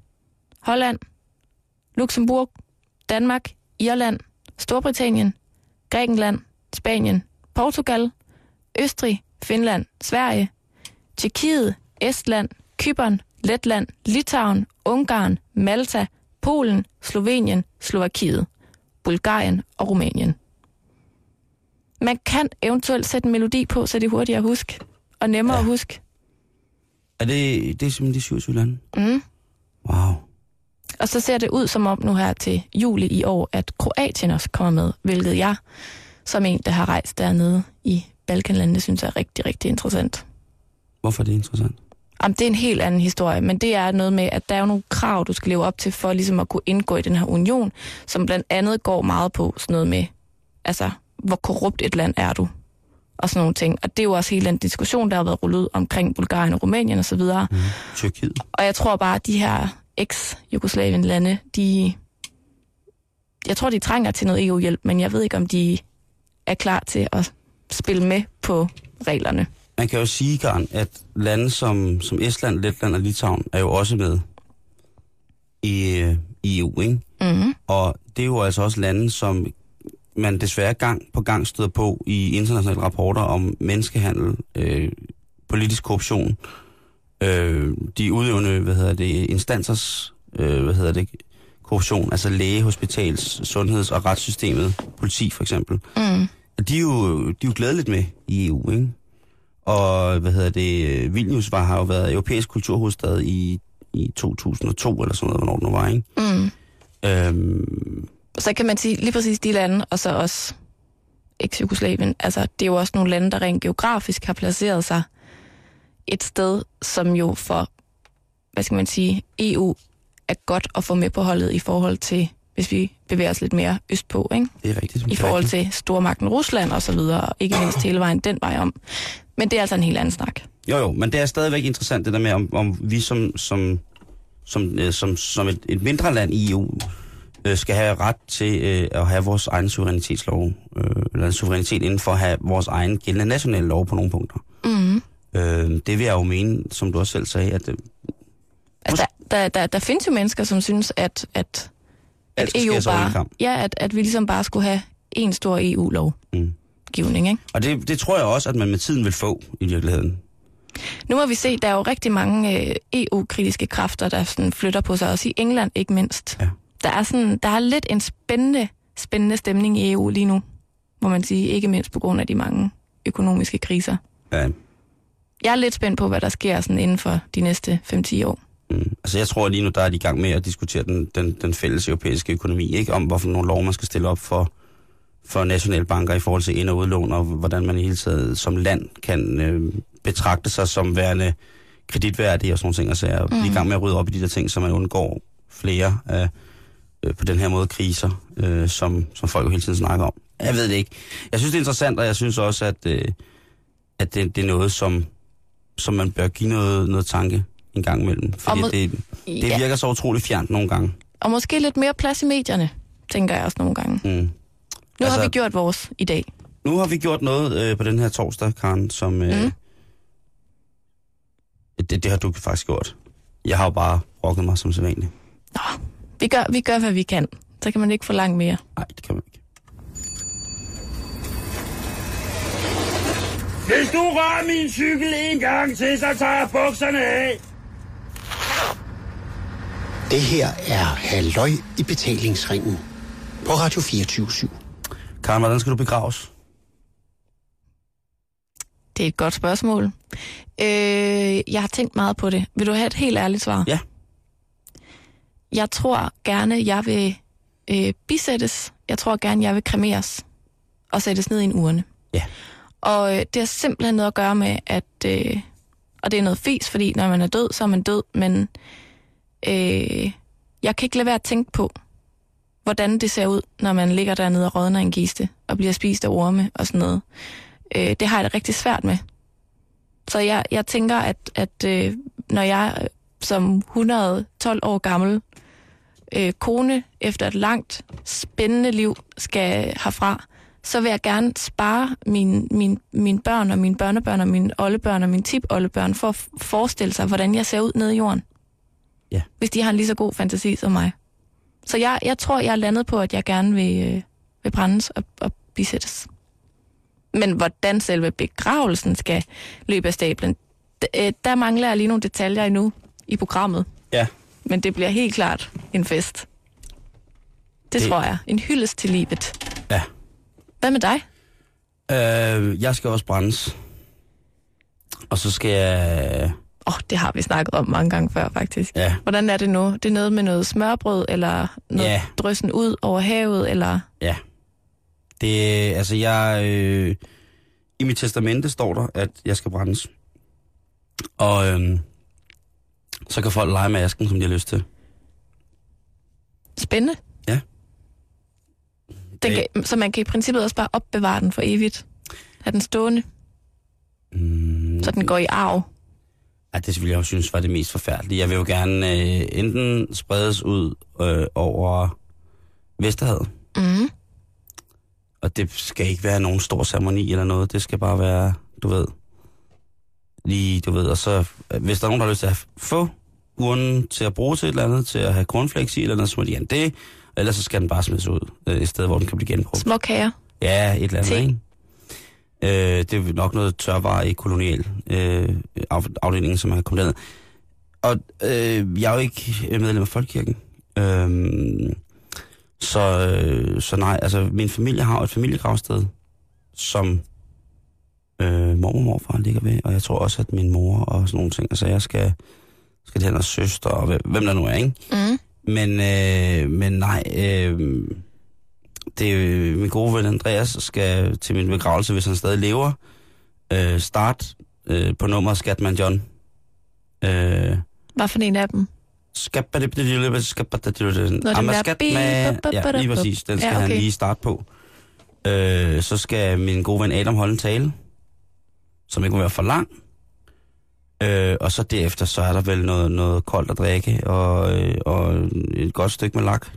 Holland, Luxembourg, Danmark, Irland, Storbritannien, Grækenland, Spanien, Portugal, Østrig, Finland, Sverige, Tjekkiet, Estland, Kypern, Letland, Litauen, Ungarn, Malta, Polen, Slovenien, Slovakiet. Bulgarien og Rumænien. Man kan eventuelt sætte en melodi på, så det er hurtigere at huske, og nemmere ja. at huske. Er det, det er simpelthen de 27 lande? Mm. Wow. Og så ser det ud som om nu her til juli i år, at Kroatien også kommer med, hvilket jeg, som en, der har rejst dernede i Balkanlandene, synes er rigtig, rigtig interessant. Hvorfor er det interessant? Jamen, det er en helt anden historie, men det er noget med, at der er jo nogle krav, du skal leve op til for ligesom at kunne indgå i den her union, som blandt andet går meget på sådan noget med, altså, hvor korrupt et land er du, og sådan nogle ting. Og det er jo også hele den diskussion, der har været rullet ud omkring Bulgarien og Rumænien osv. Og, mm. Tyrkiet. og jeg tror bare, at de her eks-Jugoslavien-lande, de... Jeg tror, de trænger til noget E EU-hjælp, men jeg ved ikke, om de er klar til at spille med på reglerne. man kan jo sige, Karen, at lande som, som Estland, Letland og Litauen er jo også med i, øh, i EU, ikke? Mm-hmm. Og det er jo altså også lande, som man desværre gang på gang støder på i internationale rapporter om menneskehandel, øh, politisk korruption, øh, de udøvende, hvad hedder det, instansers, øh, hvad hedder det, korruption, altså læge, hospitals, sundheds- og retssystemet, politi for eksempel. Mm. De er jo, de er jo glædeligt med i EU, ikke? Og hvad hedder det, øh, Vilnius var, har jo været europæisk kulturhovedstad i, i 2002, eller sådan noget, hvornår det nu var, ikke? Mm. Øhm, Så kan man sige lige præcis de lande, og så også eks-Jugoslavien. Altså, det er jo også nogle lande, der rent geografisk har placeret sig et sted, som jo for, hvad skal man sige, EU er godt at få med på holdet i forhold til, hvis vi bevæger os lidt mere østpå, ikke? det er rigtigt. i det er forhold rigtigt. til stormagten Rusland og så videre, og ikke mindst hele vejen den vej om. Men det er altså en helt anden snak. Jo, jo, men det er stadigvæk interessant det der med, om, om vi som, som, som, øh, som, som et, et mindre land i EU øh, skal have ret til øh, at have vores egen suverænitetslov, øh, eller en suverænitet inden for at have vores egen gældende nationale lov på nogle punkter. Mm. Øh, det vil jeg jo mene, som du også selv sagde, at øh, Altså, der, der, der, der findes jo mennesker, som synes, at, at, alt at skal skæres over en bare, kamp. ja, at, at vi ligesom bare skulle have en stor Mm. EU-lovgivning. Ikke? Og det, det tror jeg også, at man med tiden vil få i virkeligheden. Nu må vi se, der er jo rigtig mange øh, EU-kritiske kræfter, der sådan flytter på sig, også i England ikke mindst. Ja. Der, er sådan, der er lidt en spændende, spændende stemning i EU lige nu, må man sige, ikke mindst på grund af de mange økonomiske kriser. Ja, mm. Jeg er lidt spændt på, hvad der sker sådan inden for de næste 5-10 år. mm. Altså jeg tror at lige nu, der er de i gang med at diskutere den, den, den fælles europæiske økonomi, ikke om hvorfor nogle lov, man skal stille op for, for nationale banker i forhold til ind- og udlån, og hvordan man i hele taget som land kan øh, betragte sig som værende kreditværdig og sådan nogle ting. Altså jeg er Mhm. mm. i gang med at rydde op i de der ting, så man undgår flere af øh, på den her måde kriser, øh, som, som folk jo hele tiden snakker om. Jeg ved det ikke. Jeg synes, det er interessant, og jeg synes også, at, øh, at det, det er noget, som, som man bør give noget, noget tanke en gang imellem. Fordi må- det, det ja. virker så utroligt fjernt nogle gange. Og måske lidt mere plads i medierne, tænker jeg også nogle gange. Mm. Nu altså, Altså- har vi gjort vores i dag. Nu har vi gjort noget øh, på den her torsdag, Karen, som... Øh, Mm. mm. det, det har du faktisk gjort. Jeg har jo bare brokket mig som sædvanligt. Vi gør, vi gør, hvad vi kan. Så kan man ikke forlange mere. Nej, det kan man ikke. Hvis du rører min cykel en gang til, så tager jeg bukserne af. Det her er Halløj i betalingsringen på Radio 24 /7. Karen, hvordan skal du begraves? Det er et godt spørgsmål. Øh, jeg har tænkt meget på det. Vil du have et helt ærligt svar? Ja. Jeg tror gerne, jeg vil øh, bisættes. Jeg tror gerne, jeg vil kremeres. Og sættes ned i en urne. Ja. Og øh, det har simpelthen noget at gøre med, at... Øh, og det er noget fis, fordi når man er død, så er man død. Men øh, jeg kan ikke lade være at tænke på, hvordan det ser ud, når man ligger dernede og rådner i en kiste, og bliver spist af orme og sådan noget. Øh, det har jeg det rigtig svært med. Så jeg, jeg tænker, at, at øh, når jeg øh, som 112 år gammel øh, kone efter et langt, spændende liv skal herfra, så vil jeg gerne spare mine, mine, mine børn og mine børnebørn og mine oldebørn og mine tip-oldebørn for at f- forestille sig, hvordan jeg ser ud nede i jorden. Ja. Hvis de har en lige så god fantasi som mig. Så jeg, jeg tror, jeg er landet på, at jeg gerne vil, øh, vil brændes og, og bisættes. Men hvordan selve begravelsen skal løbe af stablen, d- øh, der mangler jeg lige nogle detaljer endnu i programmet. Ja. Men det bliver helt klart en fest. Det, det Det- tror jeg. En hyldest til livet. Ja. Hvad med dig? Øh, jeg skal også brændes. Og så skal jeg... Åh, oh, det har vi snakket om mange gange før, faktisk. Ja, Hvordan er det nu? Det er noget med noget smørbrød, eller noget Ja. dryssen ud over havet, eller... ja. Det, altså jeg... Øh, I mit testamente står der, at jeg skal brændes. Og øh, så kan folk lege med asken, som de har lyst til. Spændende. Ja. Den kan, så man kan i princippet også bare opbevare den for evigt. Have den stående, Mm, så den går i arv. ja, det ville jeg jo synes var det mest forfærdelige. Jeg vil jo gerne øh, enten spredes ud øh, over Vesterhavet, Mm. og det skal ikke være nogen stor ceremoni eller noget. Det skal bare være, du ved, lige, du ved, og så, øh, hvis der er nogen, der har lyst til at få urnen til at bruge til et eller andet, til at have cornflakes i et eller andet, så må de gerne det, og ellers så skal den bare smides ud øh, et sted, hvor den kan blive genbrugt. Små kager. Ja, et eller andet, Te. ikke? Øh, det er nok noget tørvare i kolonial øh, af, afdelingen, som er kommet derned. Og øh, jeg er jo ikke medlem af Folkekirken. Øh, så, øh, så nej, altså min familie har jo et familiegravsted, som øh, mormor og morfar ligger ved, og jeg tror også, at min mor og sådan nogle ting, altså jeg skal, skal til hendes søster, og hvem- hvem der nu er, ikke? Mm. Men, øh, men nej, øh, det er øh, min gode ven Andreas skal til min begravelse, hvis han stadig lever. Øh, start øh, på nummer Skatman John. Øh, Hvad for en af dem? Skabadibadidibadibad, skabadibadibadibad. Nå, den Amma der Skatman. bi- bu- bu- Ja, bu- lige bu- præcis. Den Ja, skal han okay. lige starte på. Øh, så skal min gode ven Adam holde en tale, som ikke må være for lang. Øh, og så derefter, så er der vel noget, noget koldt at drikke, og, øh, og et godt stykke med lak.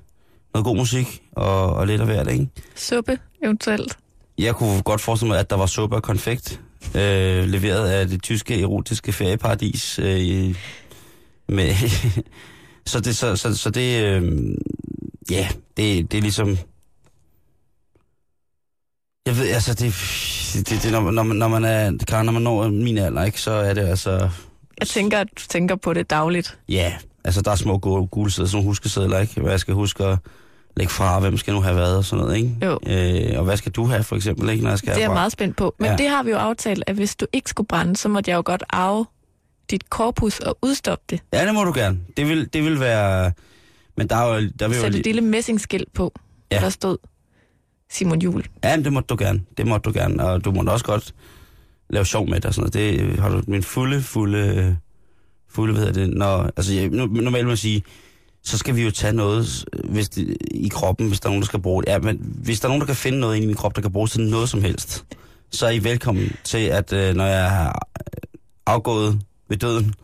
Noget god musik, og, og lidt af hvert, ikke? Suppe, eventuelt. Jeg kunne godt forestille mig, at der var suppe og konfekt, øh, leveret af det tyske erotiske ferieparadis. Øh, med så det, så, så, så det, øh, ja, det, det er ligesom... Jeg ved, altså, det, det, det når, når, man, når man er, Karen, når man når min alder, ikke, så er det altså, Jeg tænker, at du tænker på det dagligt. ja, altså, der er små gule, gule sæder, sådan nogle huskesedler, ikke, hvad jeg skal huske at lægge fra, hvem skal nu have været og sådan noget, ikke? Jo. Øh, og hvad skal du have, for eksempel, ikke, når jeg skal Det er jeg herfra? meget spændt på. Men Ja. ja. det har vi jo aftalt, at hvis du ikke skulle brænde, så måtte jeg jo godt arve dit korpus og udstoppe det. Ja, det må du gerne. Det vil, det vil være... Men der er jo... Der vil jo Sætte et lille messingskilt på, Ja. ja. der stod Simon Jul. Ja, men det måtte du gerne. Det måtte du gerne. Og du måtte også godt lave sjov med det og sådan noget. Det øh, har du min fulde, fulde... øh, Fulde, hvad hedder det? Når, altså, jeg, nu, normalt må jeg sige, så skal vi jo tage noget øh, hvis det, i kroppen, hvis der er nogen, der skal bruge det. Ja, men hvis der er nogen, der kan finde noget inde i min krop, der kan bruges til noget som helst, så er I velkommen til, at øh, når jeg er afgået ved døden,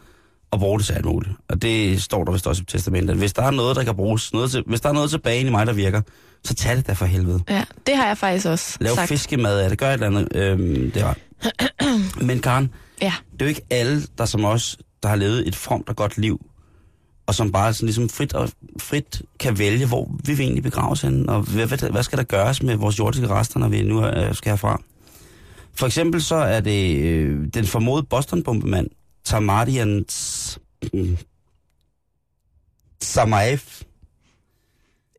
og bruge det til alt muligt. Og det står der vist også i testamentet. at Hvis der er noget, der kan bruges, noget til, hvis der er noget tilbage inde i mig, der virker, så tag det da for helvede. Ja, det har jeg faktisk også Lav sagt. fiskemad af det, gør et eller andet. Øhm, det var. Men Karen, Ja. det er jo ikke alle, der som os, der har levet et fromt og godt liv, og som bare sådan ligesom frit, og frit kan vælge, hvor vi vil egentlig begraves henne, og hvad, hvad, hvad skal der gøres med vores jordiske rester, når vi nu øh, skal herfra. For eksempel så er det øh, den formodede Boston-bombemand, Tamardian Samaev.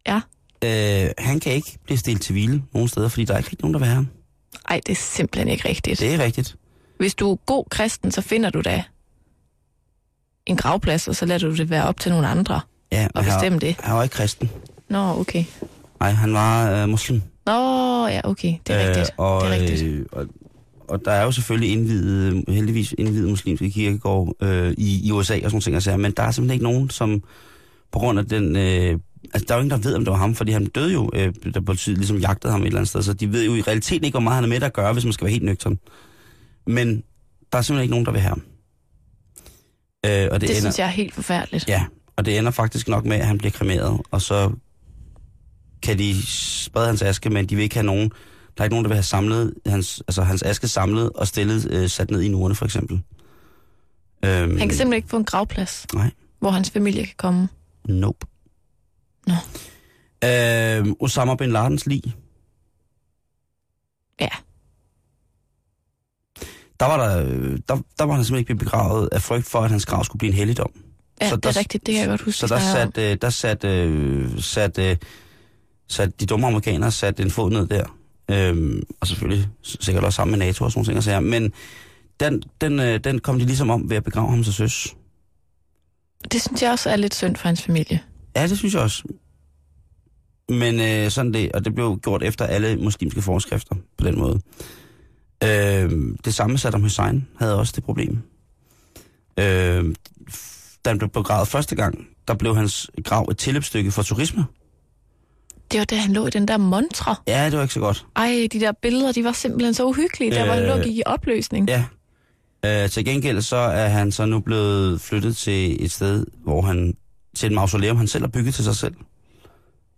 Ja. Øh, han kan ikke blive stillet til hvile nogen steder, fordi der er ikke rigtig nogen, der vil have ham. Ej, det er simpelthen ikke rigtigt. Det er rigtigt. Hvis du er god kristen, så finder du da en gravplads, og så lader du det være op til nogle andre Ja, at men han- bestemme det. Han var ikke kristen. Nå, okay. Nej, han var øh, muslim. Nå, ja, okay. Det er rigtigt. Øh, og, det er rigtigt. Øh, og, og der er jo selvfølgelig indvidet, heldigvis indvidet muslimske kirkegård øh, i, i USA og sådan nogle ting, altså, men der er simpelthen ikke nogen, som på grund af den... Øh, altså, der er jo ingen, der ved, om det var ham, fordi han døde jo, øh, da politiet ligesom jagtede ham et eller andet sted, så de ved jo i realiteten ikke, hvor meget han er med at gøre, hvis man skal være helt nøgtern. Men der er simpelthen ikke nogen, der vil have ham. Øh, og det, Det, ender, synes jeg er helt forfærdeligt. Ja, og det ender faktisk nok med, at han bliver kremeret, og så kan de sprede hans aske, men de vil ikke have nogen, der er ikke nogen, der vil have samlet hans, altså hans aske samlet og stillet, øh, sat ned i en urne, for eksempel. Øhm, Han kan simpelthen ikke få en gravplads, Nej. hvor hans familie kan komme. Nope. Nå. Øhm, Osama Bin Ladens lig. Ja. Der var, der, øh, der, der var han simpelthen ikke blevet begravet af frygt for, at hans grav skulle blive en helligdom. Ja, Så så det er der- rigtigt. Det kan jeg godt huske. Så vi der snakkede om. satte øh, der sat, øh, sat, øh, sat de dumme amerikanere sat en fod ned der. Øhm, og selvfølgelig s- sikkert også sammen med NATO og sådan nogle ting. og sager. Men den, den, øh, den kom de ligesom om ved at begrave ham til søs. Det synes jeg også er lidt synd for hans familie. Ja, det synes jeg også. Men øh, sådan det, og det blev gjort efter alle muslimske forskrifter på den måde. Øh, det samme Saddam Hussein havde også det problem. Øh, f- da han blev begravet første gang, der blev hans grav et tilløbsstykke for turisme. Det var da han lå i den der montre. Ja, det var ikke så godt. Ej, de der billeder, de var simpelthen så uhyggelige, der hvor han lå og Øh, gik i opløsning. Ja. Øh, til gengæld så er han så nu blevet flyttet til et sted, hvor han til et mausoleum, han selv har bygget til sig selv.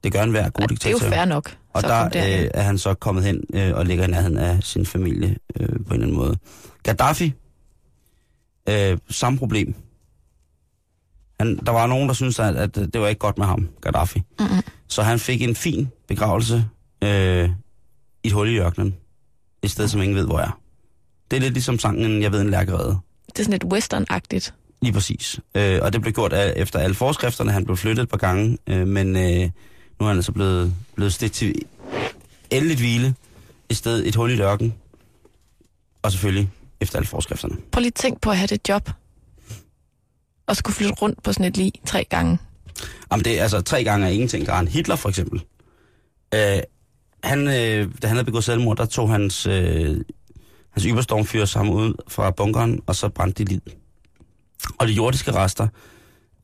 Det gør en hver god Ej, det er jo diktator. fair nok. Og så der kom derhen. øh, er han så kommet hen øh, og ligger i nærheden af sin familie øh, på en eller anden måde. Gaddafi, Øh, samme problem. Han, der var nogen, der syntes, at, at det var ikke godt med ham, Gaddafi. Mm-mm. Så han fik en fin begravelse øh, i et hul i ørkenen. Et sted, som ingen ved, hvor er. Det er lidt ligesom sangen, jeg ved en lærkerede. Det er sådan lidt western-agtigt. Lige præcis. Øh, og det blev gjort af, efter alle forskrifterne. Han blev flyttet et par gange, øh, men øh, nu er han altså blevet, blevet stedt til endeligt hvile et sted, et hul i ørken. Og selvfølgelig efter alle forskrifterne. Prøv lige at tænk på at have det job. Og skulle flytte rundt på sådan et lige tre gange. Jamen det er altså tre gange er ingenting. Der er en Hitler for eksempel. Øh, han, øh, da han havde begået selvmord, der tog hans, øh, hans yberstormfyrer ham ud fra bunkeren, og så brændte de lid. Og de jordiske rester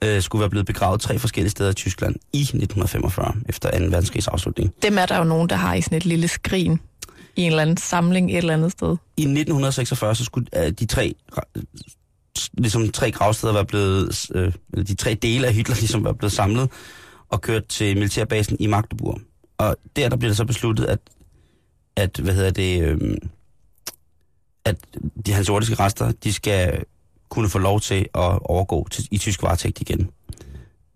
øh, skulle være blevet begravet tre forskellige steder i Tyskland i 1945, efter 2. verdenskrigs afslutning. Dem er der jo nogen, der har i sådan et lille skrin i en eller anden samling et eller andet sted. I 1946 så skulle øh, de tre ra- s- ligesom tre gravsteder være blevet, øh, eller de tre dele af Hitler ligesom var blevet samlet og kørt til militærbasen i Magdeburg. Og der, der bliver det så besluttet, at, at hvad hedder det, øh, at de hans jordiske rester, de skal kunne få lov til at overgå til, i tysk varetægt igen.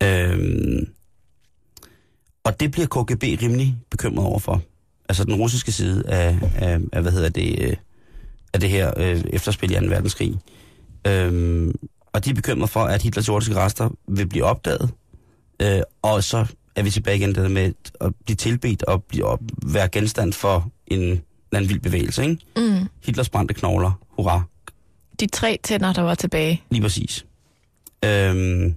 Øh, og det bliver KGB rimelig bekymret overfor. Altså den russiske side af, af, af hvad hedder det, øh, af det her øh, efterspil i 2. verdenskrig. Øhm, og de er bekymrede for, at Hitlers jordiske rester vil blive opdaget. Øh, og så er vi tilbage igen det der med at blive tilbedt og, blive, og være genstand for en, en eller anden vild bevægelse. Ikke? Mm. Hitlers brændte knogler, hurra, De tre tænder, der var tilbage. lige præcis. Øhm,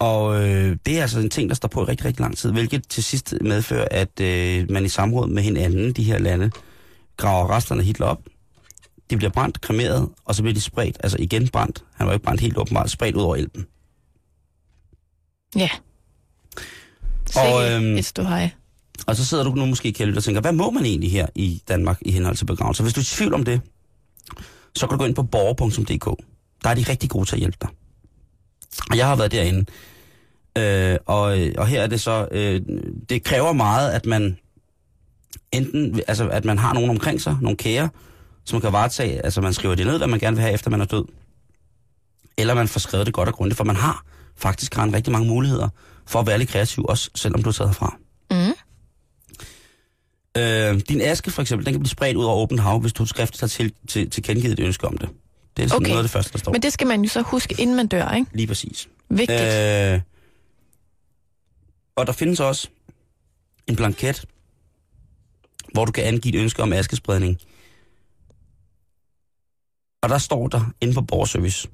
og øh, det er altså en ting, der står på i rigtig, rigtig lang tid, hvilket til sidst medfører, at øh, man i samråd med hinanden, de her lande, graver resterne af Hitler op. De bliver brændt, kremeret, og så bliver de spredt, altså igen brændt. Han var ikke brændt helt åbenbart, spredt ud over elven. Ja. Og, Og, øhm, øhm, et ståhej. Og så sidder du nu måske, Kjeld, og tænker, hvad må man egentlig her i Danmark i henhold til begravelser? Hvis du er i tvivl om det, så kan du gå ind på borger.dk. Der er de rigtig gode til at hjælpe dig. Og jeg har været derinde. Øh, og, og her er det så, øh, det kræver meget, at man enten, altså at man har nogen omkring sig, nogle kære, som kan varetage, altså man skriver det ned, hvad man gerne vil have, efter man er død. Eller man får skrevet det godt og grundigt, for man har faktisk, Karen, rigtig mange muligheder for at være lidt kreativ, også selvom du er taget herfra. Mm. Øh, din aske for eksempel, den kan blive spredt ud over åbent hav, hvis du skriftligt har til, til, tilkendegivet et ønske om det. Det er sådan Okay. okay. noget af det første, der står. Men Men... det skal man jo så huske, inden man dør, ikke? Lige præcis. Vigtigt. Øh, Øh, og der findes også en blanket, hvor du kan angive et ønske om askespredning. Og der står der inde på borgerservice,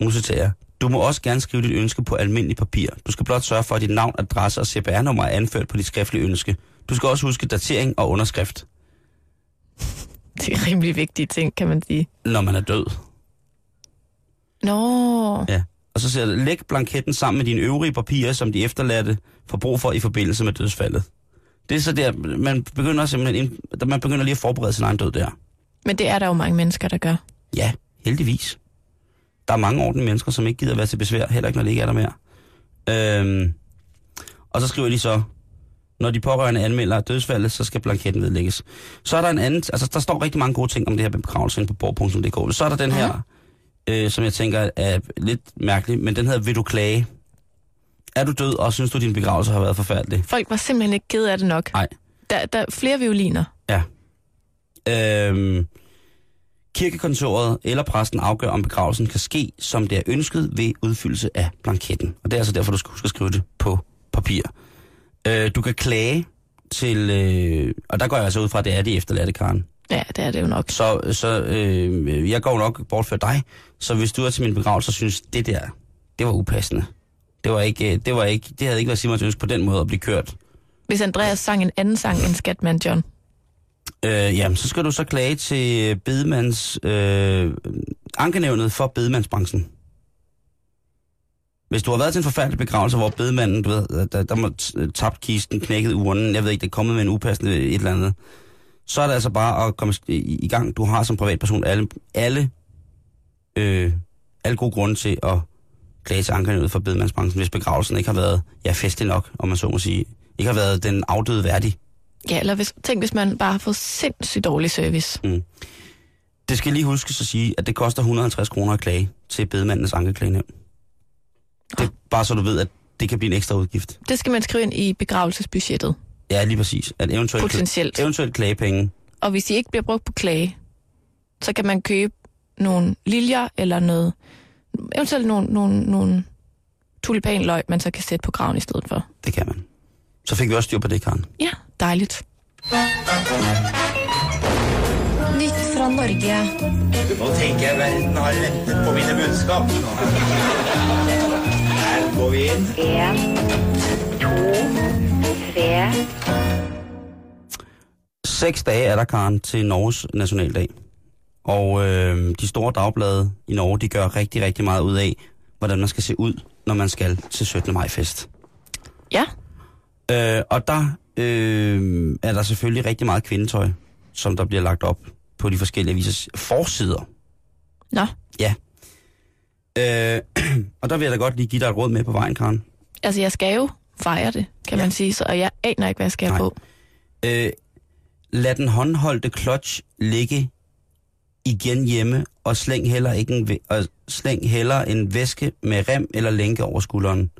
nu citerer jeg, du må også gerne skrive dit ønske på almindelig papir. Du skal blot sørge for, at dit navn, adresse og CPR-nummer er anført på dit skriftlige ønske. Du skal også huske datering og underskrift, det er rimelig vigtige ting, kan man sige. når man er død. Nå, Ja. Og så siger det, læg blanketten sammen med dine øvrige papirer, som de efterladte får brug for i forbindelse med dødsfaldet. Det er så der, man begynder simpelthen, ind- man begynder lige at forberede sin egen død der. men det er der jo mange mennesker, der gør. Ja, heldigvis. Der er mange ordentlige mennesker, som ikke gider være til besvær, heller ikke når det ikke er der mere. Øhm, og så skriver de så, når de pårørende anmelder dødsfaldet, så skal blanketten vedlægges. Så er der en anden, altså der står rigtig mange gode ting om det her med begravelse inde på borg.dk. Så er der den her, øh, som jeg tænker er lidt mærkelig, men den hedder, vil du klage? Er du død, og synes du, din begravelse har været forfærdelig? Folk var simpelthen ikke ked af det nok. Nej. Der, der er flere violiner. Ja. Øhm, kirkekontoret eller præsten afgør, om begravelsen kan ske, som det er ønsket ved udfyldelse af blanketten. Og det er altså derfor, du skal huske at skrive det på papir. Øh, du kan klage til... Øh, og der går jeg altså ud fra, at det er de efterladte, Karen. Ja, det er det jo nok. Så, så øh, jeg går jo nok bort for dig, så hvis du er til min begravelse og synes, det der, det var upassende. Det, var ikke, øh, det, var ikke, det havde ikke været Simons ønske på den måde at blive kørt. Hvis Andreas sang en anden sang end Skatman John. Øh, jamen, så skal du så klage til bedemands, øh, ankenævnet for bedemandsbranchen. Hvis du har været til en forfærdelig begravelse, hvor bedemanden, du ved, øh, der, der må t- tabt kisten, knækket urnen, jeg ved ikke, det er kommet med en upassende et eller andet, så er det altså bare at komme i, i gang. Du har som privatperson alle, alle, øh, alle gode grunde til at klage til ankenævnet for bedemandsbranchen, hvis begravelsen ikke har været, ja, festlig nok, om man så må sige, ikke har været den afdøde værdig. Ja, eller hvis, tænk, hvis man bare har fået sindssygt dårlig service. Det skal lige huskes at sige, at det koster 150 kroner at klage til bedemandens ankeklagenævn. Det er bare så du ved, at det kan blive en ekstra udgift. Det skal man skrive ind i begravelsesbudgettet, Ja, lige præcis. At eventuelt, potentielt. eventuelt klagepenge. Og hvis de ikke bliver brugt på klage, så kan man købe nogle liljer eller noget, eventuelt nogle, nogle, nogle tulipanløg, man så kan sætte på graven i stedet for. Det kan man. Så fik vi også styr på det, Karen. Ja, dejligt. Nytt fra Norge. Nå tenker jeg verden har ventet på mine budskap. Her går vi inn. Seks dage er der, Karen, til Norges nationaldag. Og øh, de store dagblade i Norge, de gør rigtig, rigtig meget ud af, hvordan man skal se ud, når man skal til 17. maj-fest. Ja, Øh, og der øh, er der selvfølgelig rigtig meget kvindetøj, som der bliver lagt op på de forskellige avisers forsider. nå. Øh, og der vil jeg da godt lige give dig et råd med på vejen, Karen. Altså, jeg skal jo fejre det, kan ja. man sige, så, og jeg aner ikke, hvad jeg skal have Nej. på. Øh, lad den håndholdte clutch ligge igen hjemme, og slæng heller, ikke en, væ- og slæng heller en væske med rem eller lænke over skulderen.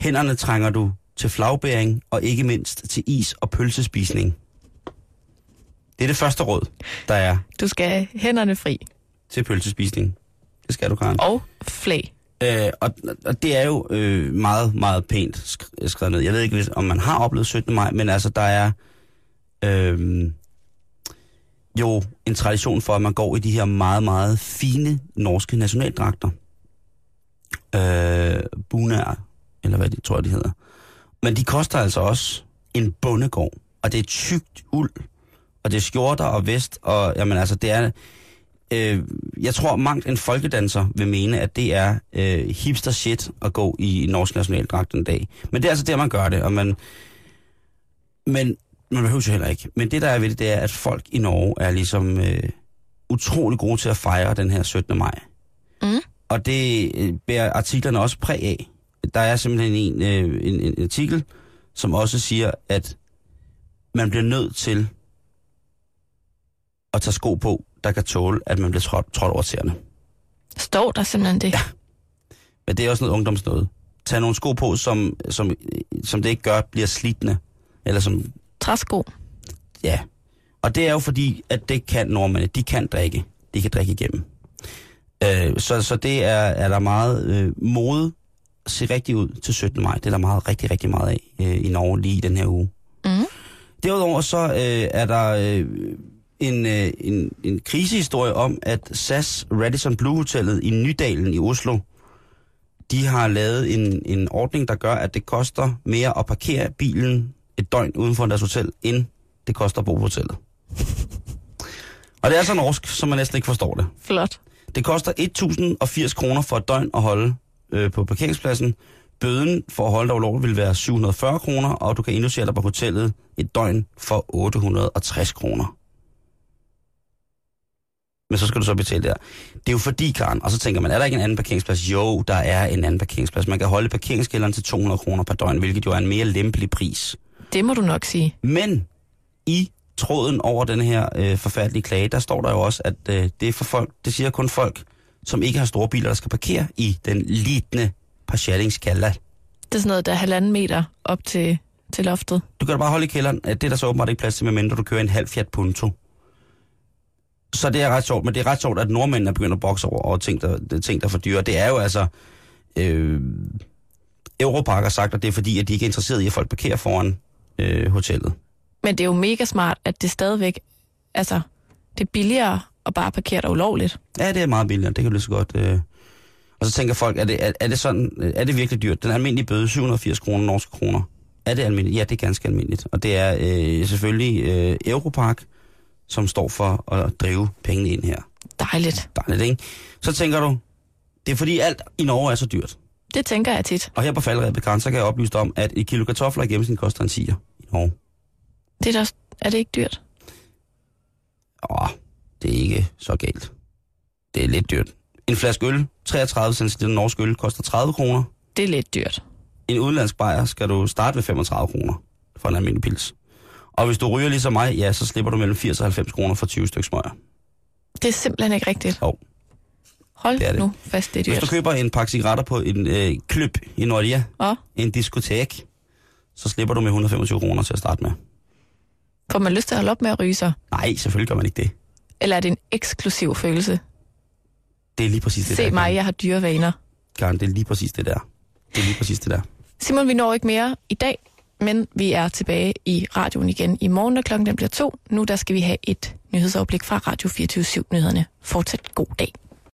Hænderne trænger du til flagbæring, og ikke mindst til is- og pølsespisning. Det er det første råd, der er Du skal have hænderne fri til pølsespisning. Det skal du, Karen. og flag. Øh, og, og det er jo øh, meget, meget pænt sk- skrevet ned. Jeg ved ikke, hvis- om man har oplevet 17. maj, men altså, der er øh, jo en tradition for, at man går i de her meget, meget fine norske nationaldragter. Øh, bunær, eller hvad det tror jeg, de hedder. Men de koster altså også en bondegård, og det er tykt uld, og det er skjorter og vest, og jamen altså, det er øh, jeg tror, mangt en folkedanser vil mene, at det er øh, hipster shit at gå i norsk nationaldragt en dag. Men det er altså der, man gør det, og man... Men man behøver jo heller ikke. Men det, der er ved det, det er, at folk i Norge er ligesom øh, utrolig gode til at fejre den her 17. maj. Mm. Og det øh, bærer artiklerne også præg af. Der er simpelthen en, øh, en, en artikel, som også siger, at man bliver nødt til at tage sko på, der kan tåle, at man bliver trådt, trådt over tæerne. Står der simpelthen det? Ja. Men det er også noget ungdomsnøde. Tag nogle sko på, som, som, som det ikke gør, bliver slidende. Eller som, Træsko. ja. Og det er jo fordi, at det kan nordmændene. De kan drikke. De kan drikke igennem. Øh, så, så det er, er der meget øh, mode se rigtig ud til 17. maj. Det er der meget, rigtig, rigtig meget af øh, i Norge lige i den her uge. Mm. Derudover så øh, er der øh, en, øh, en, en krisehistorie om, at SAS Radisson Blue Hotellet i Nydalen i Oslo, de har lavet en, en ordning, der gør, at det koster mere at parkere bilen et døgn uden for deres hotel, end det koster at bo på hotellet. Og det er så norsk, så man næsten ikke forstår det. Flot. Det koster 1.080 kroner for et døgn at holde øh, på parkeringspladsen. Bøden for at holde dig ulovligt vil være 740 kroner, og du kan indlogere dig på hotellet et døgn for 860 kroner. Men så skal du så betale der. Det er jo fordi, Karen, og så tænker man, er der ikke en anden parkeringsplads? Jo, der er en anden parkeringsplads. Man kan holde parkeringskælderen til 200 kroner per døgn, hvilket jo er en mere lempelig pris. Det må du nok sige. Men i tråden over den her øh, forfærdelige klage, der står der jo også, at øh, det er for folk, det siger kun folk, som ikke har store biler, der skal parkere i den lidende parkeringskælder. Det er sådan noget, der er halvanden meter op til, til loftet. Du kan da bare holde i kælderen, at det er der så åbenbart ikke plads til, medmindre du kører en halv Fiat Punto. Så det er ret sjovt, men det er ret sjovt, at nordmændene er begyndt at bokse over, over ting, der, ting, der er for dyre. Det er jo altså... Øh, Europark har sagt, at det er fordi, at de ikke er interesserede i, at folk parkerer foran øh, hotellet. Men det er jo mega smart, at det stadigvæk, altså, det er billigere at bare parkere dig ulovligt. Ja, det er meget billigere, det kan du lige så godt... Øh. Og så tænker folk, er det, er, er det sådan, øh, er det virkelig dyrt? Den almindelige bøde, 780 kroner, norske kroner. Er det almindeligt? Ja, det er ganske almindeligt. Og det er øh, selvfølgelig øh, Europark, som står for at drive pengene ind her. Dejligt. Dejligt, ikke? Så tænker du, det er fordi alt i Norge er så dyrt. Det tænker jeg tit. Og her på faldrebet Karen, så kan jeg oplyse dig om, at et kilo kartofler i gennemsnit koster en 10'er i Norge. Det er, da, også- er det ikke dyrt? Åh, det er ikke så galt. Det er lidt dyrt. En flaske øl, 33 cl norsk øl, koster 30 kroner. Det er lidt dyrt. en udenlandsk bajer skal du starte ved 35 kroner for en almindelig pils. Og hvis du ryger ligesom mig, ja, så slipper du mellem 80 og 90 kroner for 20 stykker smøger. Det er simpelthen ikke rigtigt. Jo. Hold Det er det det. det. nu fast, det er altså- Hvis du dyrt. køber en pakke cigaretter på en øh, klub i Nordia, Og en diskotek, så slipper du med 125 kroner til at starte med. får man lyst til at holde op med at ryge så? Nej, selvfølgelig gør man ikke det. Eller er det en eksklusiv følelse? Det er lige præcis det Se der. mig, jeg har dyre vaner. Karen, det er lige præcis det der. Det er lige præcis det der. Simon, vi når ikke mere i dag, men vi er tilbage i radioen igen i morgen, når klokken den bliver to. Nu der skal vi have et nyhedsoverblik fra Radio 24 7 Nyhederne. Fortsat god dag.